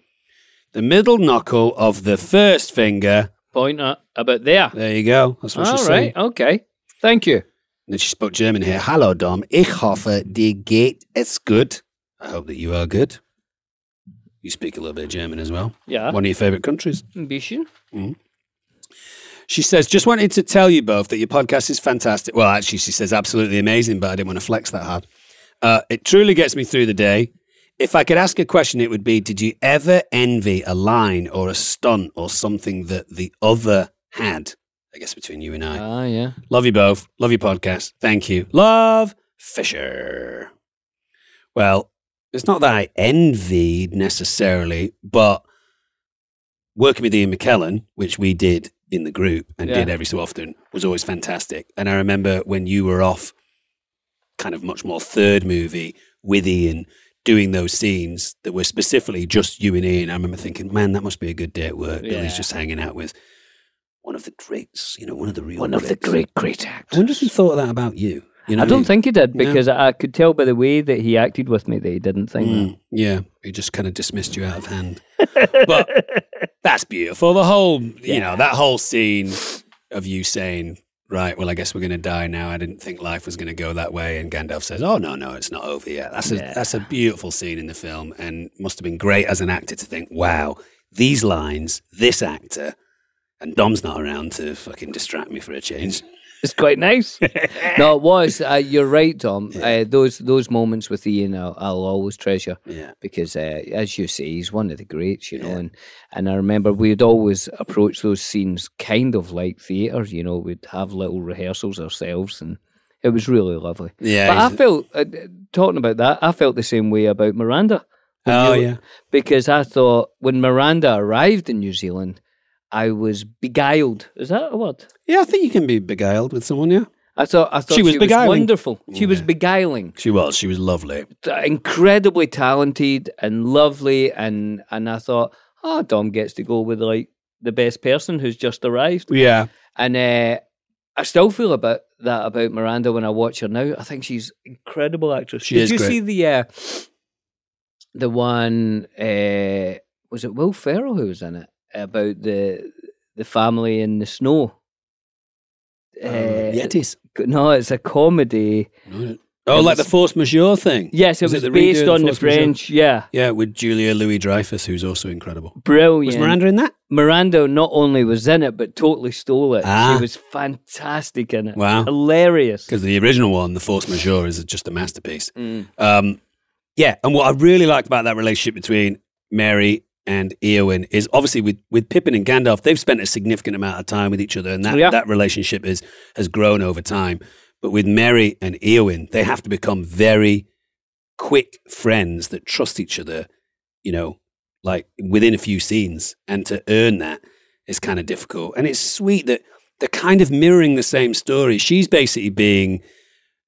Speaker 3: The middle knuckle of the first finger.
Speaker 2: Point up about there.
Speaker 3: There you go. That's what
Speaker 2: All
Speaker 3: she's saying.
Speaker 2: right, okay. Thank you.
Speaker 3: And then she spoke German here. Hello, Dom. Ich hoffe, dir geht es gut. I hope that you are good. You speak a little bit of German as well.
Speaker 2: Yeah.
Speaker 3: One of your favourite countries.
Speaker 2: Ambition.
Speaker 3: She says, just wanted to tell you both that your podcast is fantastic. Well, actually, she says, absolutely amazing, but I didn't want to flex that hard. Uh, it truly gets me through the day. If I could ask a question, it would be Did you ever envy a line or a stunt or something that the other had? I guess between you and I.
Speaker 2: Ah, yeah.
Speaker 3: Love you both. Love your podcast. Thank you. Love Fisher. Well, it's not that I envied necessarily, but working with Ian McKellen, which we did in the group and
Speaker 2: Yeah.
Speaker 3: did every so often, was always fantastic. And I remember when you were off, kind of much more third movie with Ian doing those scenes that were specifically just you and Ian. I remember thinking, man, that must be a good day at work.
Speaker 2: Yeah.
Speaker 3: Billy's just hanging out with one of the greats, you know, one of the real
Speaker 2: One of the
Speaker 3: greats.
Speaker 2: great, great
Speaker 3: I
Speaker 2: actors.
Speaker 3: wonder if he thought that about you. You know,
Speaker 2: I
Speaker 3: what
Speaker 2: don't
Speaker 3: mean?
Speaker 2: think he did
Speaker 3: No.
Speaker 2: because I could tell by the way that he acted with me that he didn't think that.
Speaker 3: Mm, yeah, he just kind of dismissed you out of hand. but that's beautiful. The whole, you know, that whole scene of you saying, "Right, well, I guess we're going to die now." I didn't think life was going to go that way. And Gandalf says, "Oh no, no, it's not over yet." That's a
Speaker 2: Yeah.
Speaker 3: that's a beautiful scene in the film, and must have been great as an actor to think, "Wow, these lines, this actor." And Dom's not around to fucking distract me for a change.
Speaker 2: It's quite nice.
Speaker 3: (laughs)
Speaker 2: no, it was. Uh, you're right, Tom. Uh, those those moments with Ian, I'll, I'll always treasure.
Speaker 3: Yeah.
Speaker 2: because uh, as you say, he's one of the greats, you know. And and I remember we'd always approach those scenes kind of like theatre, you know. We'd have little rehearsals ourselves, and it was really lovely.
Speaker 3: Yeah,
Speaker 2: but I
Speaker 3: he's-
Speaker 2: felt uh, d- talking about that, I felt the same way about Miranda. when
Speaker 3: Oh,
Speaker 2: you-
Speaker 3: yeah.
Speaker 2: because I thought when Miranda arrived in New Zealand, I was beguiled. Is that a word?
Speaker 3: Yeah, I think you can be beguiled with someone. Yeah,
Speaker 2: I thought I thought
Speaker 3: She
Speaker 2: she
Speaker 3: was
Speaker 2: was,
Speaker 3: beguiling.
Speaker 2: wonderful. She was beguiling,
Speaker 3: she was. She was lovely.
Speaker 2: T- incredibly talented and lovely, and and I thought, oh, Dom gets to go with like the best person who's just arrived,
Speaker 3: Yeah,
Speaker 2: and uh, I still feel about that about Miranda when I watch her now. I think she's incredible actress.
Speaker 3: She
Speaker 2: Did
Speaker 3: is
Speaker 2: you
Speaker 3: great.
Speaker 2: see the uh, the one? Uh, was it Will Ferrell who was in it about the the family in the snow? Uh,
Speaker 3: yeah, it is.
Speaker 2: No, it's a comedy.
Speaker 3: Oh,
Speaker 2: It
Speaker 3: like
Speaker 2: was-
Speaker 3: the force majeure thing.
Speaker 2: Yes, it was,
Speaker 3: the redo
Speaker 2: based
Speaker 3: of
Speaker 2: on the
Speaker 3: force majeure?
Speaker 2: French. Yeah,
Speaker 3: Yeah, with Julia Louis Dreyfus, who's also incredible.
Speaker 2: brilliant.
Speaker 3: Was Miranda in that?
Speaker 2: Miranda not only was in it, but totally stole it.
Speaker 3: Ah.
Speaker 2: She was fantastic in it.
Speaker 3: Wow.
Speaker 2: hilarious.
Speaker 3: Because the original one, the force majeure, is just a masterpiece.
Speaker 2: Mm.
Speaker 3: Um, yeah, and what I really liked about that relationship between Mary and Eowyn is obviously with, with Pippin and Gandalf, they've spent a significant amount of time with each other, and that,
Speaker 2: Yeah.
Speaker 3: that relationship is, has grown over time. But with Mary and Eowyn, they have to become very quick friends that trust each other, you know, like within a few scenes. And to earn that is kind of difficult. And it's sweet that they're kind of mirroring the same story. She's basically being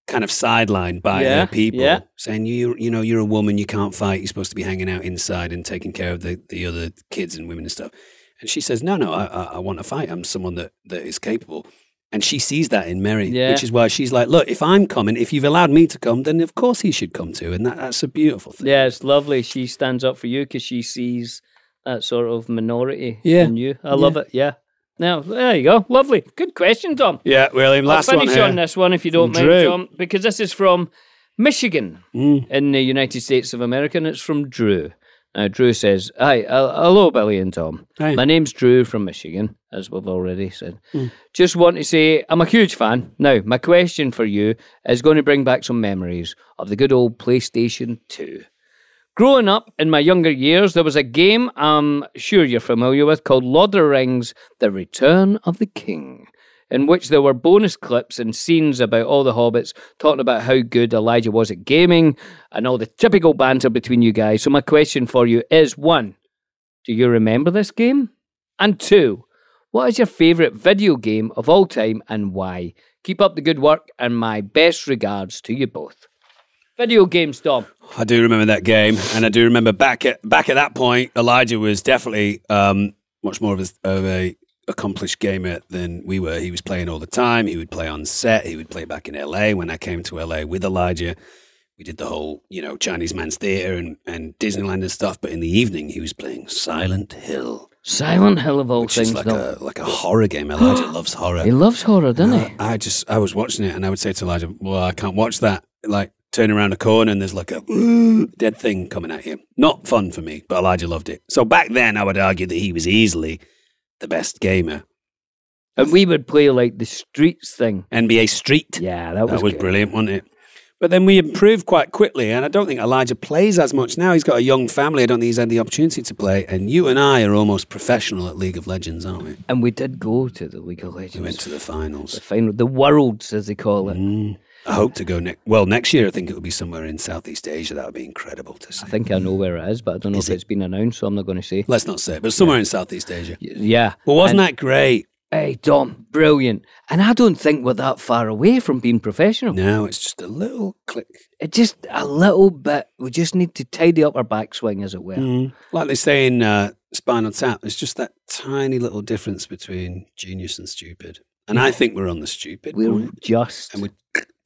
Speaker 3: kind of sidelined by
Speaker 2: Yeah,
Speaker 3: her people
Speaker 2: yeah.
Speaker 3: saying you you know you're a woman you can't fight you're supposed to be hanging out inside and taking care of the, the other kids and women and stuff and she says no no I, I, I want to fight i'm someone that, that is capable and she sees that in mary
Speaker 2: Yeah.
Speaker 3: which is why she's like look if i'm coming if you've allowed me to come then of course he should come too and that, that's a beautiful thing
Speaker 2: Yeah, it's lovely. She stands up for you because she sees that sort of minority
Speaker 3: Yeah.
Speaker 2: in you. I love it. Yeah. Now there you go. Lovely. Good question, Tom.
Speaker 3: yeah william last
Speaker 2: I'll
Speaker 3: one
Speaker 2: finish
Speaker 3: here.
Speaker 2: on this one if you don't
Speaker 3: From
Speaker 2: mind,
Speaker 3: Drew.
Speaker 2: Tom, because this is from Michigan
Speaker 3: Hmm.
Speaker 2: in the United States of America, and it's from Drew. Now, Drew says, Hi, uh, hello, Billy and Tom.
Speaker 3: Hi. Hmm.
Speaker 2: My name's Drew from Michigan, as we've already said. Just want to say I'm a huge fan. Now, my question for you is going to bring back some memories of the good old PlayStation 2. Growing up in my younger years, there was a game I'm sure you're familiar with called Lord of the Rings The Return of the King, in which there were bonus clips and scenes about all the hobbits talking about how good Elijah was at gaming and all the typical banter between you guys. So, my question for you is one, do you remember this game? And two, what is your favourite video game of all time and why? Keep up the good work and my best regards to you both. Video games, Tom.
Speaker 3: I do remember that game, and I do remember back at back at that point, Elijah was definitely um, much more of a, of a accomplished gamer than we were. He was playing all the time. He would play on set. He would play back in LA. When I came to LA with Elijah, we did the whole you know Chinese man's theater and, and Disneyland and stuff. But in the evening, he was playing Silent Hill,
Speaker 2: Silent Hill of all
Speaker 3: which
Speaker 2: things,
Speaker 3: is like
Speaker 2: though.
Speaker 3: a like a horror game. Elijah loves horror.
Speaker 2: He loves horror, doesn't
Speaker 3: Uh, I just I was watching it and I would say to Elijah, "Well, I can't watch that." Like turn around a corner and there's like a (gasps) dead thing coming at you. Not fun for me, but Elijah loved it. So back then, I would argue that he was easily the best gamer.
Speaker 2: he? And we would play like the streets thing.
Speaker 3: NBA Street.
Speaker 2: Yeah, that was,
Speaker 3: that was
Speaker 2: good.
Speaker 3: brilliant, wasn't it? But then we improved quite quickly, and I don't think Elijah plays as much now. He's got a young family. I don't think he's had the opportunity to play. And you and I are almost professional at League of Legends, aren't we?
Speaker 2: And we did go to the League of
Speaker 3: We went
Speaker 2: Legends
Speaker 3: to the
Speaker 2: the
Speaker 3: finals. Mm.
Speaker 2: final, the worlds as they call it.
Speaker 3: I hope to go next. Well, next year I think it will be somewhere in Southeast Asia. That would be incredible to see.
Speaker 2: I think I know where it is, but I don't know
Speaker 3: Is
Speaker 2: if
Speaker 3: it-
Speaker 2: it? has been announced, so I'm not going to say.
Speaker 3: Let's not say, it, but somewhere in Southeast Asia.
Speaker 2: Yeah.
Speaker 3: Well, wasn't
Speaker 2: and,
Speaker 3: that great?
Speaker 2: Hey, Dom, brilliant. And I don't think we're that far away from being professional.
Speaker 3: Now it's just a little click.
Speaker 2: It just a little bit. We just need to tidy up our backswing, as it were.
Speaker 3: Mm. Hmm. Like they say in uh, Spinal Tap, it's just that tiny little difference between genius and stupid. And I think we're on the stupid.
Speaker 2: We're
Speaker 3: point.
Speaker 2: just.
Speaker 3: Mm. and we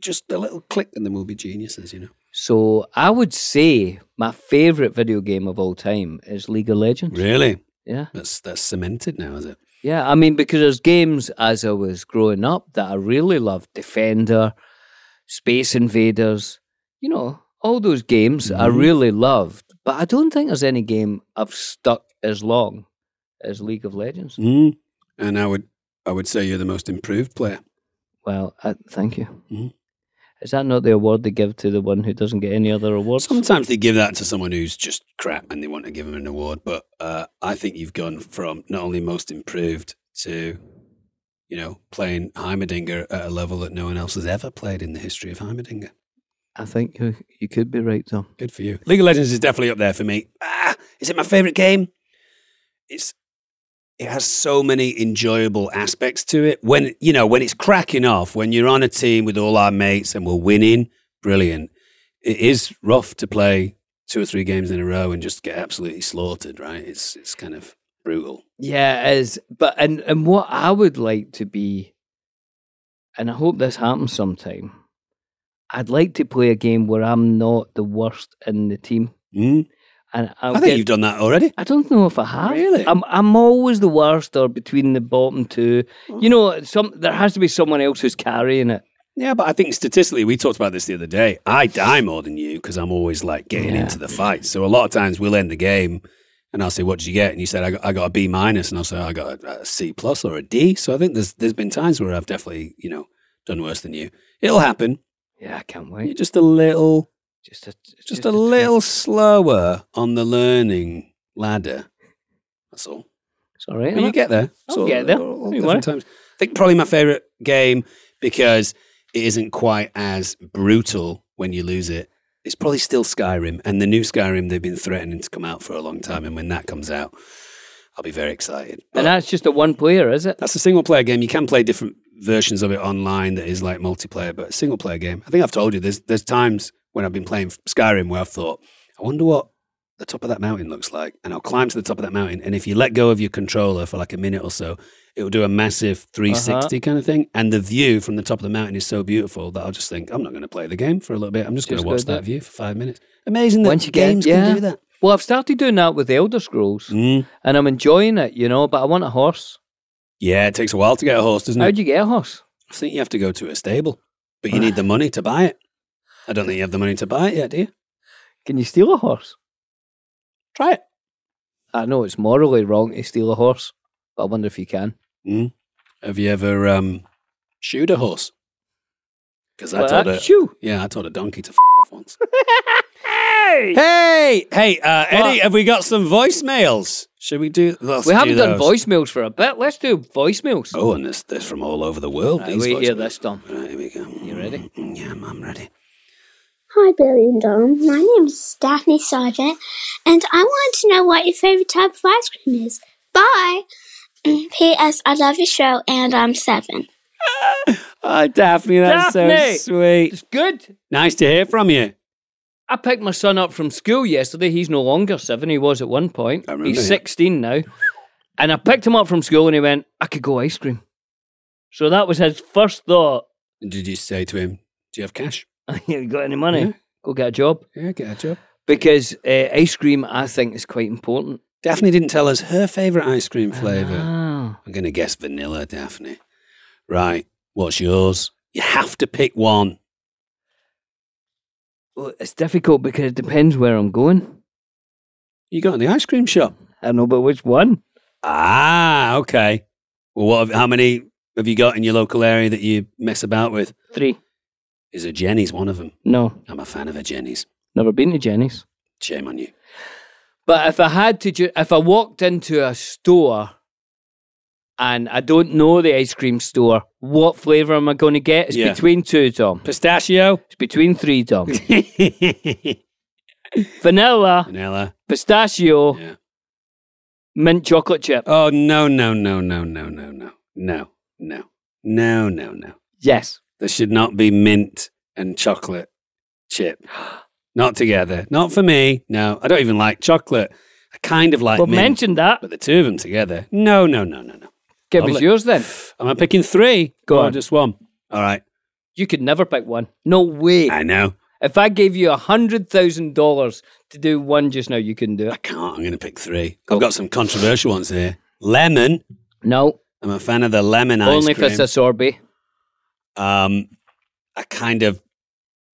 Speaker 3: just a little click, and then we'll be geniuses, you know.
Speaker 2: So I would say my favorite video game of all time is League of Legends.
Speaker 3: Really,
Speaker 2: Yeah.
Speaker 3: that's that's cemented now, is it?
Speaker 2: Yeah, I mean, because there's games as I was growing up that I really loved Defender, Space Invaders, you know, all those games I
Speaker 3: Mhm.
Speaker 2: really loved. But I don't think there's any game I've stuck as long as League of Legends.
Speaker 3: Mm. And I would I would say you're the most improved player.
Speaker 2: Well, I, thank you.
Speaker 3: Mhm.
Speaker 2: Is that not the award they give to the one who doesn't get any other awards?
Speaker 3: Sometimes they give that to someone who's just crap and they want to give them an award. But uh, I think you've gone from not only most improved to, you know, playing Heimerdinger at a level that no one else has ever played in the history of Heimerdinger.
Speaker 2: I think you, you could be right, though.
Speaker 3: Good for you. League of Legends is definitely up there for me. Ah, is it my favorite game? It's it has so many enjoyable aspects to it. When you know when it's cracking off, when you're on a team with all our mates and we're winning, brilliant. It is rough to play two or three games in a row and just get absolutely slaughtered, right? It's it's kind of brutal.
Speaker 2: Yeah, it is. But and and what I would like to be, and I hope this happens sometime. I'd like to play a game where I'm not the worst in the team,
Speaker 3: Mm.
Speaker 2: and
Speaker 3: I
Speaker 2: I'll
Speaker 3: think
Speaker 2: get-
Speaker 3: you've done that already.
Speaker 2: I don't know if I have.
Speaker 3: Really?
Speaker 2: I'm I'm always the worst or between the bottom two. You
Speaker 3: Oh.
Speaker 2: know, some there has to be someone else who's carrying it.
Speaker 3: Yeah, but I think statistically, we talked about this the other day. I die more than you because I'm always like getting
Speaker 2: Yeah.
Speaker 3: into the fight. So a lot of times we'll end the game and I'll say, What did you get? And you said, I got, I got a B minus. And I'll say, I got a, a C plus or a D. So I think there's there's been times where I've definitely, you know, done worse than you. It'll happen.
Speaker 2: Yeah, I can't
Speaker 3: You're
Speaker 2: wait.
Speaker 3: just a little,
Speaker 2: Just a
Speaker 3: just, a, little
Speaker 2: twinge.
Speaker 3: slower on the learning ladder. That's all.
Speaker 2: It's all right.
Speaker 3: But you
Speaker 2: innit?
Speaker 3: get there.
Speaker 2: I'll
Speaker 3: So,
Speaker 2: get there.
Speaker 3: all- all
Speaker 2: Don't you
Speaker 3: different
Speaker 2: worry.
Speaker 3: times. I think probably my favorite game because it isn't quite as brutal when you lose it. It's probably still Skyrim, and the new Skyrim they've been threatening to come out for a long time. And when that comes out, I'll be very excited. But
Speaker 2: and that's just a one player, is it?
Speaker 3: that's a single player game. You can play different versions of it online that is like multiplayer, but a single player game. I think I've told you there's there's times when I've been playing Skyrim where I've thought, I wonder what the top of that mountain looks like, and I'll climb to the top of that mountain. And if you let go of your controller for like a minute or so, it will do a
Speaker 2: Uh-huh.
Speaker 3: massive 360 kind of thing. And the view from the top of the mountain is so beautiful that I'll just think, I'm not going to play the game for a little bit. I'm just, going
Speaker 2: Just
Speaker 3: to
Speaker 2: go
Speaker 3: watch
Speaker 2: there.
Speaker 3: that view for five minutes. Amazing that
Speaker 2: Once you get-
Speaker 3: games
Speaker 2: yeah.
Speaker 3: can do that.
Speaker 2: Well, I've started doing that with the Elder Scrolls,
Speaker 3: Mm.
Speaker 2: and I'm enjoying it, you know. But I want a horse.
Speaker 3: Yeah, it takes a while to get a horse, doesn't it?
Speaker 2: How'd you get a horse?
Speaker 3: I think you have to go to a stable, but you need the money to buy it. I don't think you have the money to buy it yet, do you?
Speaker 2: Can you steal a horse?
Speaker 3: Try it.
Speaker 2: I know it's morally wrong to steal a horse, but I wonder if you can.
Speaker 3: Mm. Have you ever um, shoed a horse? Because I
Speaker 2: Well,
Speaker 3: told
Speaker 2: that-
Speaker 3: a
Speaker 2: shoo.
Speaker 3: yeah, I told a donkey to f-
Speaker 2: (laughs)
Speaker 3: off once. hey, hey, hey, uh, Eddie,
Speaker 2: What?
Speaker 3: have we got some voicemails? Should we do? let's
Speaker 2: We haven't
Speaker 3: do
Speaker 2: done
Speaker 3: those.
Speaker 2: voicemails for a bit. Let's do voicemails.
Speaker 3: Oh, and there's, there's from all over the world.
Speaker 2: Right,
Speaker 3: these
Speaker 2: Uh, we hear
Speaker 3: voicemails.
Speaker 2: this, Dom.
Speaker 3: Right, here we go. Mm,
Speaker 2: You ready?
Speaker 3: Yeah, I'm- I'm ready.
Speaker 9: Hi, Billy and Dom. My name's Daphne Sargent, and I want to know what your favorite type of ice cream is. Bye. P.S. I love your show, and I'm seven.
Speaker 3: Oh, Daphne, that's
Speaker 2: Daphne!
Speaker 3: so sweet.
Speaker 2: It's good.
Speaker 3: Nice to hear from you.
Speaker 2: I picked my son up from school yesterday. He's no longer seven. He was at one point.
Speaker 3: I remember
Speaker 2: He's
Speaker 3: you.
Speaker 2: 16 now. And I picked him up from school and he went, I could go ice cream. So that was his first thought. (laughs)
Speaker 3: Did you say to him, "Do you have cash?"
Speaker 2: you got any money?
Speaker 3: Yeah.
Speaker 2: Go get a job.
Speaker 3: Yeah, get a job.
Speaker 2: Because uh, ice cream, I think, is quite important.
Speaker 3: Daphne didn't tell us her favourite ice cream flavour.
Speaker 2: Ah.
Speaker 3: I'm going to guess vanilla, Daphne. Right, what's yours? You have to pick one.
Speaker 2: Well, it's difficult because it depends where I'm going.
Speaker 3: You got in the ice cream shop.
Speaker 2: I know, but which one?
Speaker 3: Ah, okay. Well, what? Have, how many have you got in your local area that you mess about with?
Speaker 2: Three.
Speaker 3: Is a Jenny's one of them?
Speaker 2: No,
Speaker 3: I'm a fan of a Jenny's.
Speaker 2: never been to Jenny's.
Speaker 3: Shame on you.
Speaker 2: But if I had to, ju- if I walked into a store and I don't know the ice cream store, what flavour am I going to get? It's
Speaker 3: Yeah.
Speaker 2: between two, Tom.
Speaker 3: Pistachio. (laughs)
Speaker 2: It's between three, Tom. Vanilla,
Speaker 3: Vanilla.
Speaker 2: pistachio,
Speaker 3: Yeah.
Speaker 2: mint chocolate chip.
Speaker 3: Oh no no no no no no no no no no no no.
Speaker 2: Yes.
Speaker 3: There should not be mint and chocolate chip. (gasps) Not together. Not for me. No, I don't even like chocolate. I kind of like
Speaker 2: well,
Speaker 3: mint,
Speaker 2: mention that.
Speaker 3: but the two of them together. No no no no no.
Speaker 2: Give
Speaker 3: I'll
Speaker 2: us
Speaker 3: let-
Speaker 2: yours then.
Speaker 3: Am I picking three?
Speaker 2: Go
Speaker 3: or
Speaker 2: on.
Speaker 3: just one. All right.
Speaker 2: You could never pick one. No way.
Speaker 3: I know.
Speaker 2: If I gave you a hundred thousand dollars to do one just now, you couldn't do
Speaker 3: I
Speaker 2: it.
Speaker 3: can't. I'm going to pick three. I've got some controversial ones here. Lemon.
Speaker 2: No,
Speaker 3: I'm a fan of the lemon ice
Speaker 2: only if
Speaker 3: cream.
Speaker 2: it's a sorbet.
Speaker 3: um, a kind of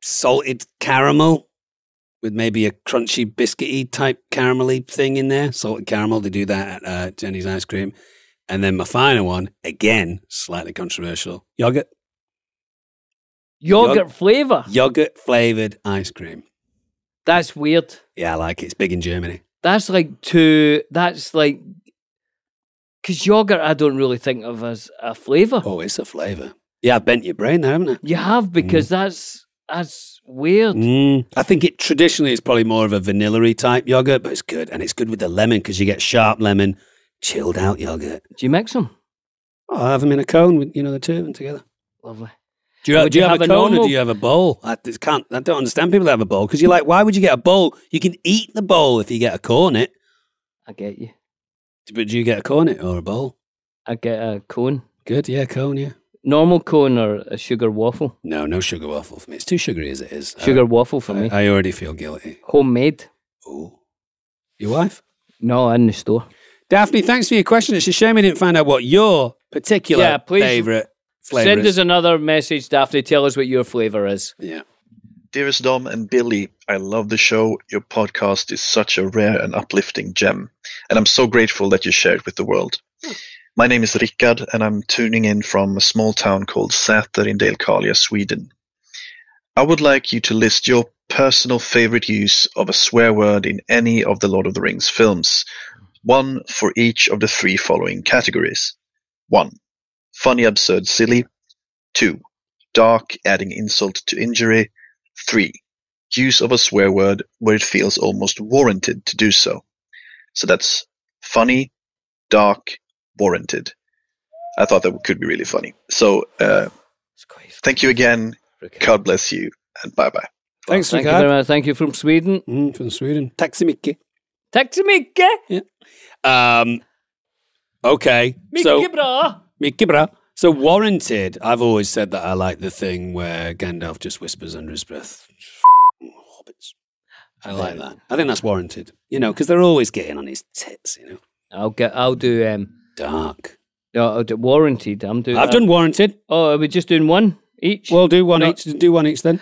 Speaker 3: salted caramel with maybe a crunchy biscuity type caramelly thing in there. Salted caramel, they do that at uh, Jenny's ice cream. And then my final one, again, slightly controversial, yogurt,
Speaker 2: Yogurt flavour.
Speaker 3: yogurt flavored ice cream.
Speaker 2: That's weird.
Speaker 3: Yeah, I like it. It's big in Germany.
Speaker 2: That's like two. That's like because yogurt. I don't really think of as a flavour.
Speaker 3: Oh, it's a flavor. Yeah, I bent your brain there, haven't I?
Speaker 2: You have because that's that's weird.
Speaker 3: Mm, I think it traditionally is probably more of a vanilla type yogurt, but it's good. And it's good with the lemon because you get sharp lemon, chilled out yogurt.
Speaker 2: Do you mix them?
Speaker 3: Oh, I have them in a cone with, you know, the two of them together.
Speaker 2: Lovely.
Speaker 3: Do you,
Speaker 2: Would
Speaker 3: do you
Speaker 2: you
Speaker 3: have,
Speaker 2: have
Speaker 3: a
Speaker 2: a
Speaker 3: cone or
Speaker 2: normal-
Speaker 3: do you have a bowl? I just can't. I don't understand people that have a bowl because you're like, why would you get a bowl? You can eat the bowl if you get a cornet.
Speaker 2: I get you.
Speaker 3: But do you get a cornet or a bowl?
Speaker 2: I get a cone,
Speaker 3: Good, yeah, cone, yeah.
Speaker 2: normal cone or a sugar waffle.
Speaker 3: No, no sugar waffle for me. It's too sugary as it is.
Speaker 2: Sugar waffle for
Speaker 3: Uh, I,
Speaker 2: me.
Speaker 3: I already feel guilty.
Speaker 2: Homemade.
Speaker 3: Oh, your wife.
Speaker 2: No, in the store.
Speaker 3: Daphne, thanks for your question. It's a shame we didn't find out what your particular
Speaker 2: Yeah, please
Speaker 3: favorite flavor
Speaker 2: Send
Speaker 3: is.
Speaker 2: us another message, Daphne. Tell us what your flavour is.
Speaker 3: yeah.
Speaker 10: Dearest Dom and Billy, I love the show. Your podcast is such a rare and uplifting gem, and I'm so grateful that you share it with the world. My name is Rickard, and I'm tuning in from a small town called Säter in Dalecarlia, Sweden. I would like you to list your personal favorite use of a swear word in any of the Lord of the Rings films, one for each of the three following categories 1. Funny, absurd, silly. 2. Dark, adding insult to injury. 3. Use of a swear word where it feels almost warranted to do so. So that's funny, dark, warranted. I thought that could be really funny. So uh, thank you again. God bless you. And bye bye.
Speaker 3: Thanks,
Speaker 2: Thank you
Speaker 3: Rickard.
Speaker 2: very much. Thank you from Sweden.
Speaker 3: Mm, from Sweden. Tack så mycket.
Speaker 2: Tack så mycket.
Speaker 3: Um, okay. so,
Speaker 2: Mycket bra.
Speaker 3: mycket bra. So, warranted, I've always said that I like the thing where Gandalf just whispers under his breath, hobbits. I like that. I think that's warranted, you know, because they're always getting on his tits, you know.
Speaker 2: I'll get. I'll do. Um.
Speaker 3: Dark.
Speaker 2: no, I'll do warranted. I'm doing.
Speaker 3: I've done warranted.
Speaker 2: Oh, are we just doing one each?
Speaker 3: We'll do one
Speaker 2: No.
Speaker 3: each. Do one each then.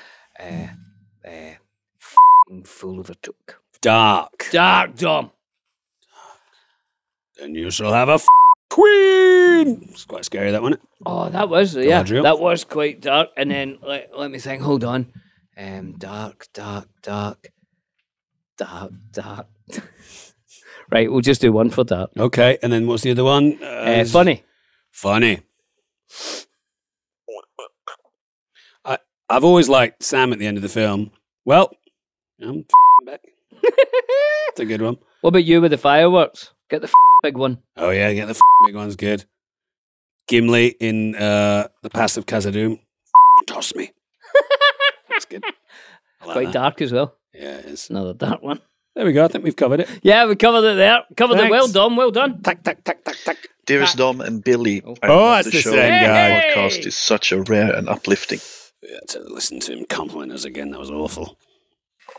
Speaker 2: fool overtook.
Speaker 3: Dark.
Speaker 2: Dark Dom.
Speaker 3: Then you shall have a f- queen. It's quite scary, that one.
Speaker 2: Oh, that was yeah.
Speaker 3: Galadriel.
Speaker 2: That was quite dark. And then let, let me think. Hold on. Um, dark, dark, dark, dark, dark. (laughs) right, we'll just do one for dark.
Speaker 3: Okay, and then what's the other one? Uh,
Speaker 2: Uh, funny.
Speaker 3: Funny. I, I've always liked Sam at the end of the film. Well, I'm f***ing back. It's a good one.
Speaker 2: What about you with the fireworks? Get the f- big one.
Speaker 3: Oh, yeah, get the f- big one's good. Gimli in uh, The Pass of Khazad-dûm. F- Toss me. That's good. I like
Speaker 2: Quite
Speaker 3: that.
Speaker 2: dark as well.
Speaker 3: Yeah, it is.
Speaker 2: Another dark one.
Speaker 3: There we go. I think we've covered it.
Speaker 2: Yeah, we covered it there. Covered it. Well
Speaker 3: Thanks.
Speaker 2: done. Well done.
Speaker 3: Tack, tack, tack, tack, tack.
Speaker 10: Dearest Dom and Billy, I
Speaker 3: Oh, that's
Speaker 10: love the
Speaker 3: the
Speaker 10: show.
Speaker 3: same
Speaker 10: and your
Speaker 3: guy.
Speaker 10: podcast is such a rare and uplifting.
Speaker 3: Yeah, to listen to him compliment us again, that was awful.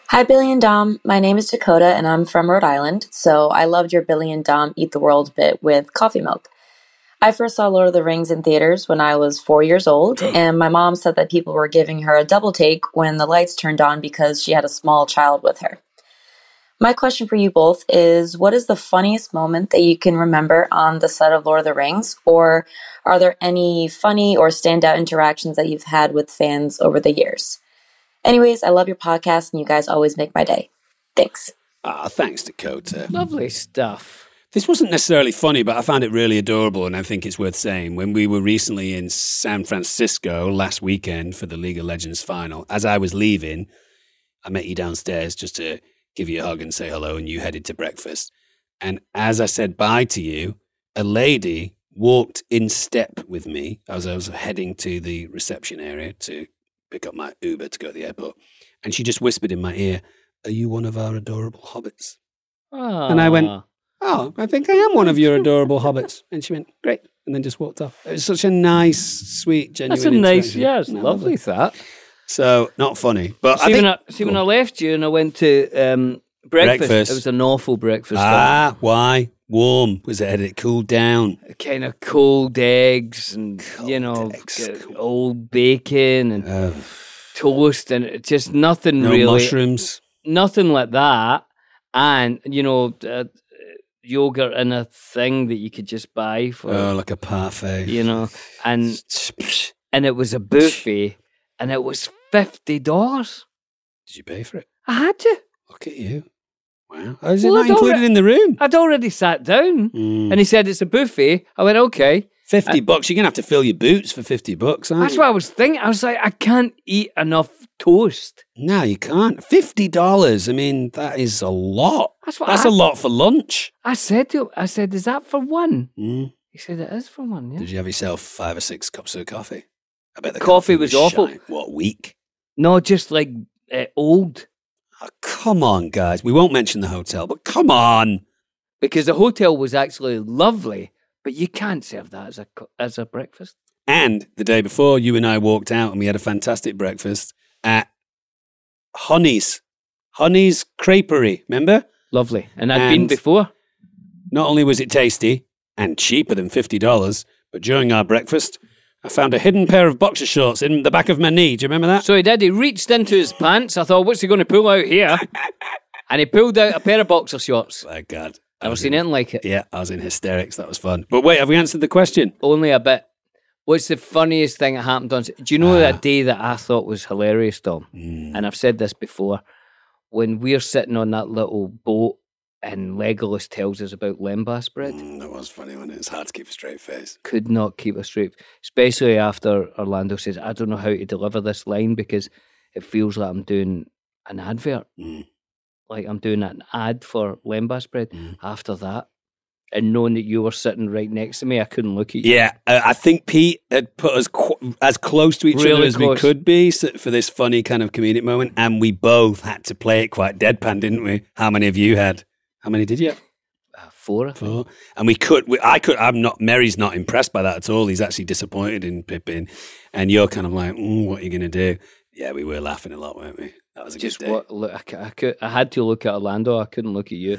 Speaker 11: Hi, Billy and Dom. My name is Dakota, and I'm from Rhode Island. So I loved your Billy and Dom Eat the World bit with coffee milk. I first saw Lord of the Rings in theaters when I was four years old, and my mom said that people were giving her a double take when the lights turned on because she had a small child with her. My question for you both is what is the funniest moment that you can remember on the set of Lord of the Rings? Or are there any funny or standout interactions that you've had with fans over the years? Anyways, I love your podcast and you guys always make my day. Thanks.
Speaker 3: Ah, thanks, Dakota.
Speaker 2: Lovely stuff.
Speaker 3: This wasn't necessarily funny, but I found it really adorable, and I think it's worth saying. When we were recently in San Francisco last weekend for the League of Legends final, as I was leaving, I met you downstairs just to give you a hug and say hello, and you headed to breakfast. And as I said bye to you, a lady walked in step with me as I was heading to the reception area to pick up my Uber to go to the airport. And she just whispered in my ear, Are you one of our adorable hobbits? And I went,
Speaker 2: Ah,
Speaker 3: Oh, I think I am one of your adorable
Speaker 2: (laughs)
Speaker 3: hobbits. And she went, Great. And then just walked off. It was such a nice, sweet, genuine.
Speaker 2: That's a nice,
Speaker 3: interaction.
Speaker 2: yeah, it's
Speaker 3: Isn't that
Speaker 2: lovely that.
Speaker 3: So, not funny. But
Speaker 2: see,
Speaker 3: I think.
Speaker 2: when I, see, when I left you and I went to um, breakfast,
Speaker 3: Breakfast.
Speaker 2: it was an awful breakfast. that.
Speaker 3: ah, why? Warm. Was it? Had it cooled down?
Speaker 2: kind of cold eggs and you know g- old bacon and toast and it- just nothing
Speaker 3: No
Speaker 2: really
Speaker 3: mushrooms.
Speaker 2: nothing like that and you know uh, yogurt in a thing that you could just buy for
Speaker 3: Oh, like a parfait.
Speaker 2: you know and and it was a buffet and it was fifty dollars
Speaker 3: Did you pay for it?
Speaker 2: I had to
Speaker 3: Look at you. Wow. Oh, is it
Speaker 2: Well,
Speaker 3: not
Speaker 2: I'd alre-
Speaker 3: included in the room?
Speaker 2: I'd already sat down
Speaker 3: Mm.
Speaker 2: and he said it's a buffet I went okay
Speaker 3: 50 bucks. You're going to have to fill your boots for 50 bucks, aren't
Speaker 2: that's
Speaker 3: you?
Speaker 2: what I was thinking I was like I can't eat enough toast
Speaker 3: No, you can't. Fifty dollars. I mean, that is a lot.
Speaker 2: That's what
Speaker 3: That's
Speaker 2: I-
Speaker 3: a lot for lunch.
Speaker 2: I said to him, I said, is that for one?
Speaker 3: Mm.
Speaker 2: He said, it is for one, yeah.
Speaker 3: Did you have yourself five or six cups of coffee? I bet the
Speaker 2: Coffee was awful.
Speaker 3: shite. What week?
Speaker 2: No, just like uh, old.
Speaker 3: Oh, come on, guys. We won't mention the hotel, but come on.
Speaker 2: Because the hotel was actually lovely, but you can't serve that as a, co- as a breakfast.
Speaker 3: And the day before, you and I walked out and we had a fantastic breakfast at Honey's, Honey's Creperie. Remember?
Speaker 2: Lovely. And I'd been
Speaker 3: And-
Speaker 2: before.
Speaker 3: Not only was it tasty and cheaper than $50, but during our breakfast, I found a hidden pair of boxer shorts in the back of my knee. Do you remember that?
Speaker 2: So he did. He reached into his pants. I thought, what's he going to pull out here? and he pulled out a pair of boxer shorts.
Speaker 3: Oh, My God. I
Speaker 2: Never
Speaker 3: was
Speaker 2: seen
Speaker 3: in-
Speaker 2: anything like it.
Speaker 3: Yeah, I was in hysterics. That was fun. But wait, have we answered the question?
Speaker 2: Only a bit. What's the funniest thing that happened on? Do you know that day that I thought was hilarious, Tom? And I've said this before. When we're sitting on that little boat and Legolas tells us about lembas bread,
Speaker 3: Mm, that was funny when it was hard to keep a straight face.
Speaker 2: could not keep a straight, especially after Orlando says, "I don't know how to deliver this line because it feels like I'm doing an advert,
Speaker 3: Mm.
Speaker 2: like I'm doing an ad for lembas bread."
Speaker 3: Mm.
Speaker 2: After that, and knowing that you were sitting right next to me, I couldn't look at you.
Speaker 3: Yeah, uh, I I think Pete had put us qu- as close to each other
Speaker 2: Really
Speaker 3: as we
Speaker 2: close.
Speaker 3: could be so, for this funny kind of comedic moment, and we both had to play it quite deadpan, didn't we? How many of you had? How many did you? Have?
Speaker 2: Uh, Four, I think.
Speaker 3: Four. And we could. We, I could. I'm not. Mary's not impressed by that at all. He's actually disappointed in Pippin, and you're kind of like, mm, what are you going to do? Yeah, we were laughing a lot, weren't we? That was a
Speaker 2: just
Speaker 3: good day.
Speaker 2: what look, I, cou- I could I had to look at Orlando. I couldn't look at you.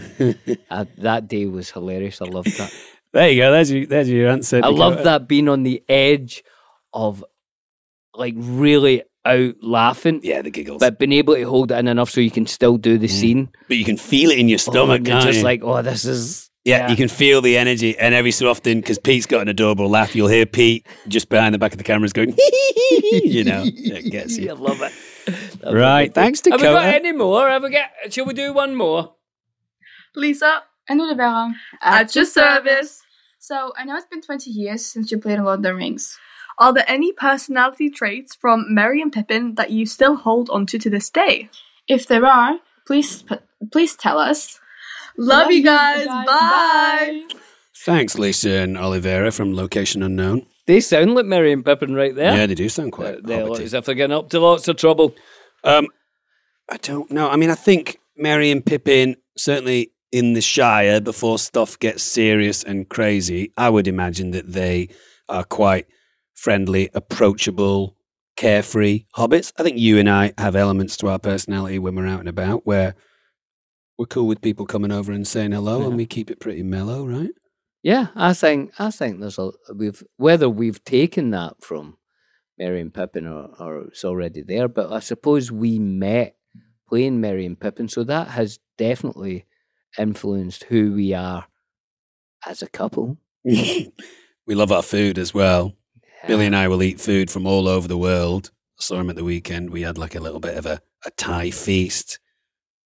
Speaker 2: I, that day was hilarious. I loved
Speaker 3: (laughs)
Speaker 2: that.
Speaker 3: There you go. There's your. There's your answer.
Speaker 2: I
Speaker 3: Dakota.
Speaker 2: love that being on the edge of like really out laughing,
Speaker 3: Yeah, the giggles.
Speaker 2: but being able to hold it in enough so you can still do
Speaker 3: Mm.
Speaker 2: the scene.
Speaker 3: But you can feel it in your
Speaker 2: Oh,
Speaker 3: stomach,
Speaker 2: and you're
Speaker 3: can't
Speaker 2: just
Speaker 3: you?
Speaker 2: like, oh, this is
Speaker 3: yeah,
Speaker 2: (laughs)
Speaker 3: you can feel the energy, and every so often, because Pete's got an adorable laugh, you'll hear Pete just behind the back of the cameras going, (laughs) you know, it gets
Speaker 2: (laughs) I
Speaker 3: you.
Speaker 2: love it. That was
Speaker 3: Right,
Speaker 2: a good one.
Speaker 3: thanks,
Speaker 2: Have we got
Speaker 3: Dakota.
Speaker 2: any more? Have we got? Shall we do one more?
Speaker 12: Lisa,
Speaker 13: And Olivera,
Speaker 12: at your service.
Speaker 13: So I know it's been 20 years since you played Lord of the Rings.
Speaker 12: Are there any personality traits from Merry and Pippin that you still hold onto to this day?
Speaker 13: If there are, please p- please tell us.
Speaker 12: Love, you guys. Bye.
Speaker 3: Thanks, Lisa and Oliveira from Location Unknown.
Speaker 2: They sound like Mary and Pippin right there.
Speaker 3: Yeah, they do sound quite.
Speaker 2: They're
Speaker 3: hobbity.
Speaker 2: as if they're getting up to lots of trouble.
Speaker 3: Um, I don't know. I mean, I think Mary and Pippin certainly in the Shire before stuff gets serious and crazy. I would imagine that they are quite friendly, approachable, carefree hobbits. I think you and I have elements to our personality when we're out and about where we're cool with people coming over and saying hello, and we keep it pretty mellow, right?
Speaker 2: Yeah, I think I think there's a we've whether we've taken that from Mary and Pippin or, or it's already there, but I suppose we met playing Mary and Pippin, so that has definitely influenced who we are as a couple.
Speaker 3: (laughs) we love our food as well. Billy and I will eat food from all over the world. I saw him at the weekend. We had like a little bit of a, a Thai feast.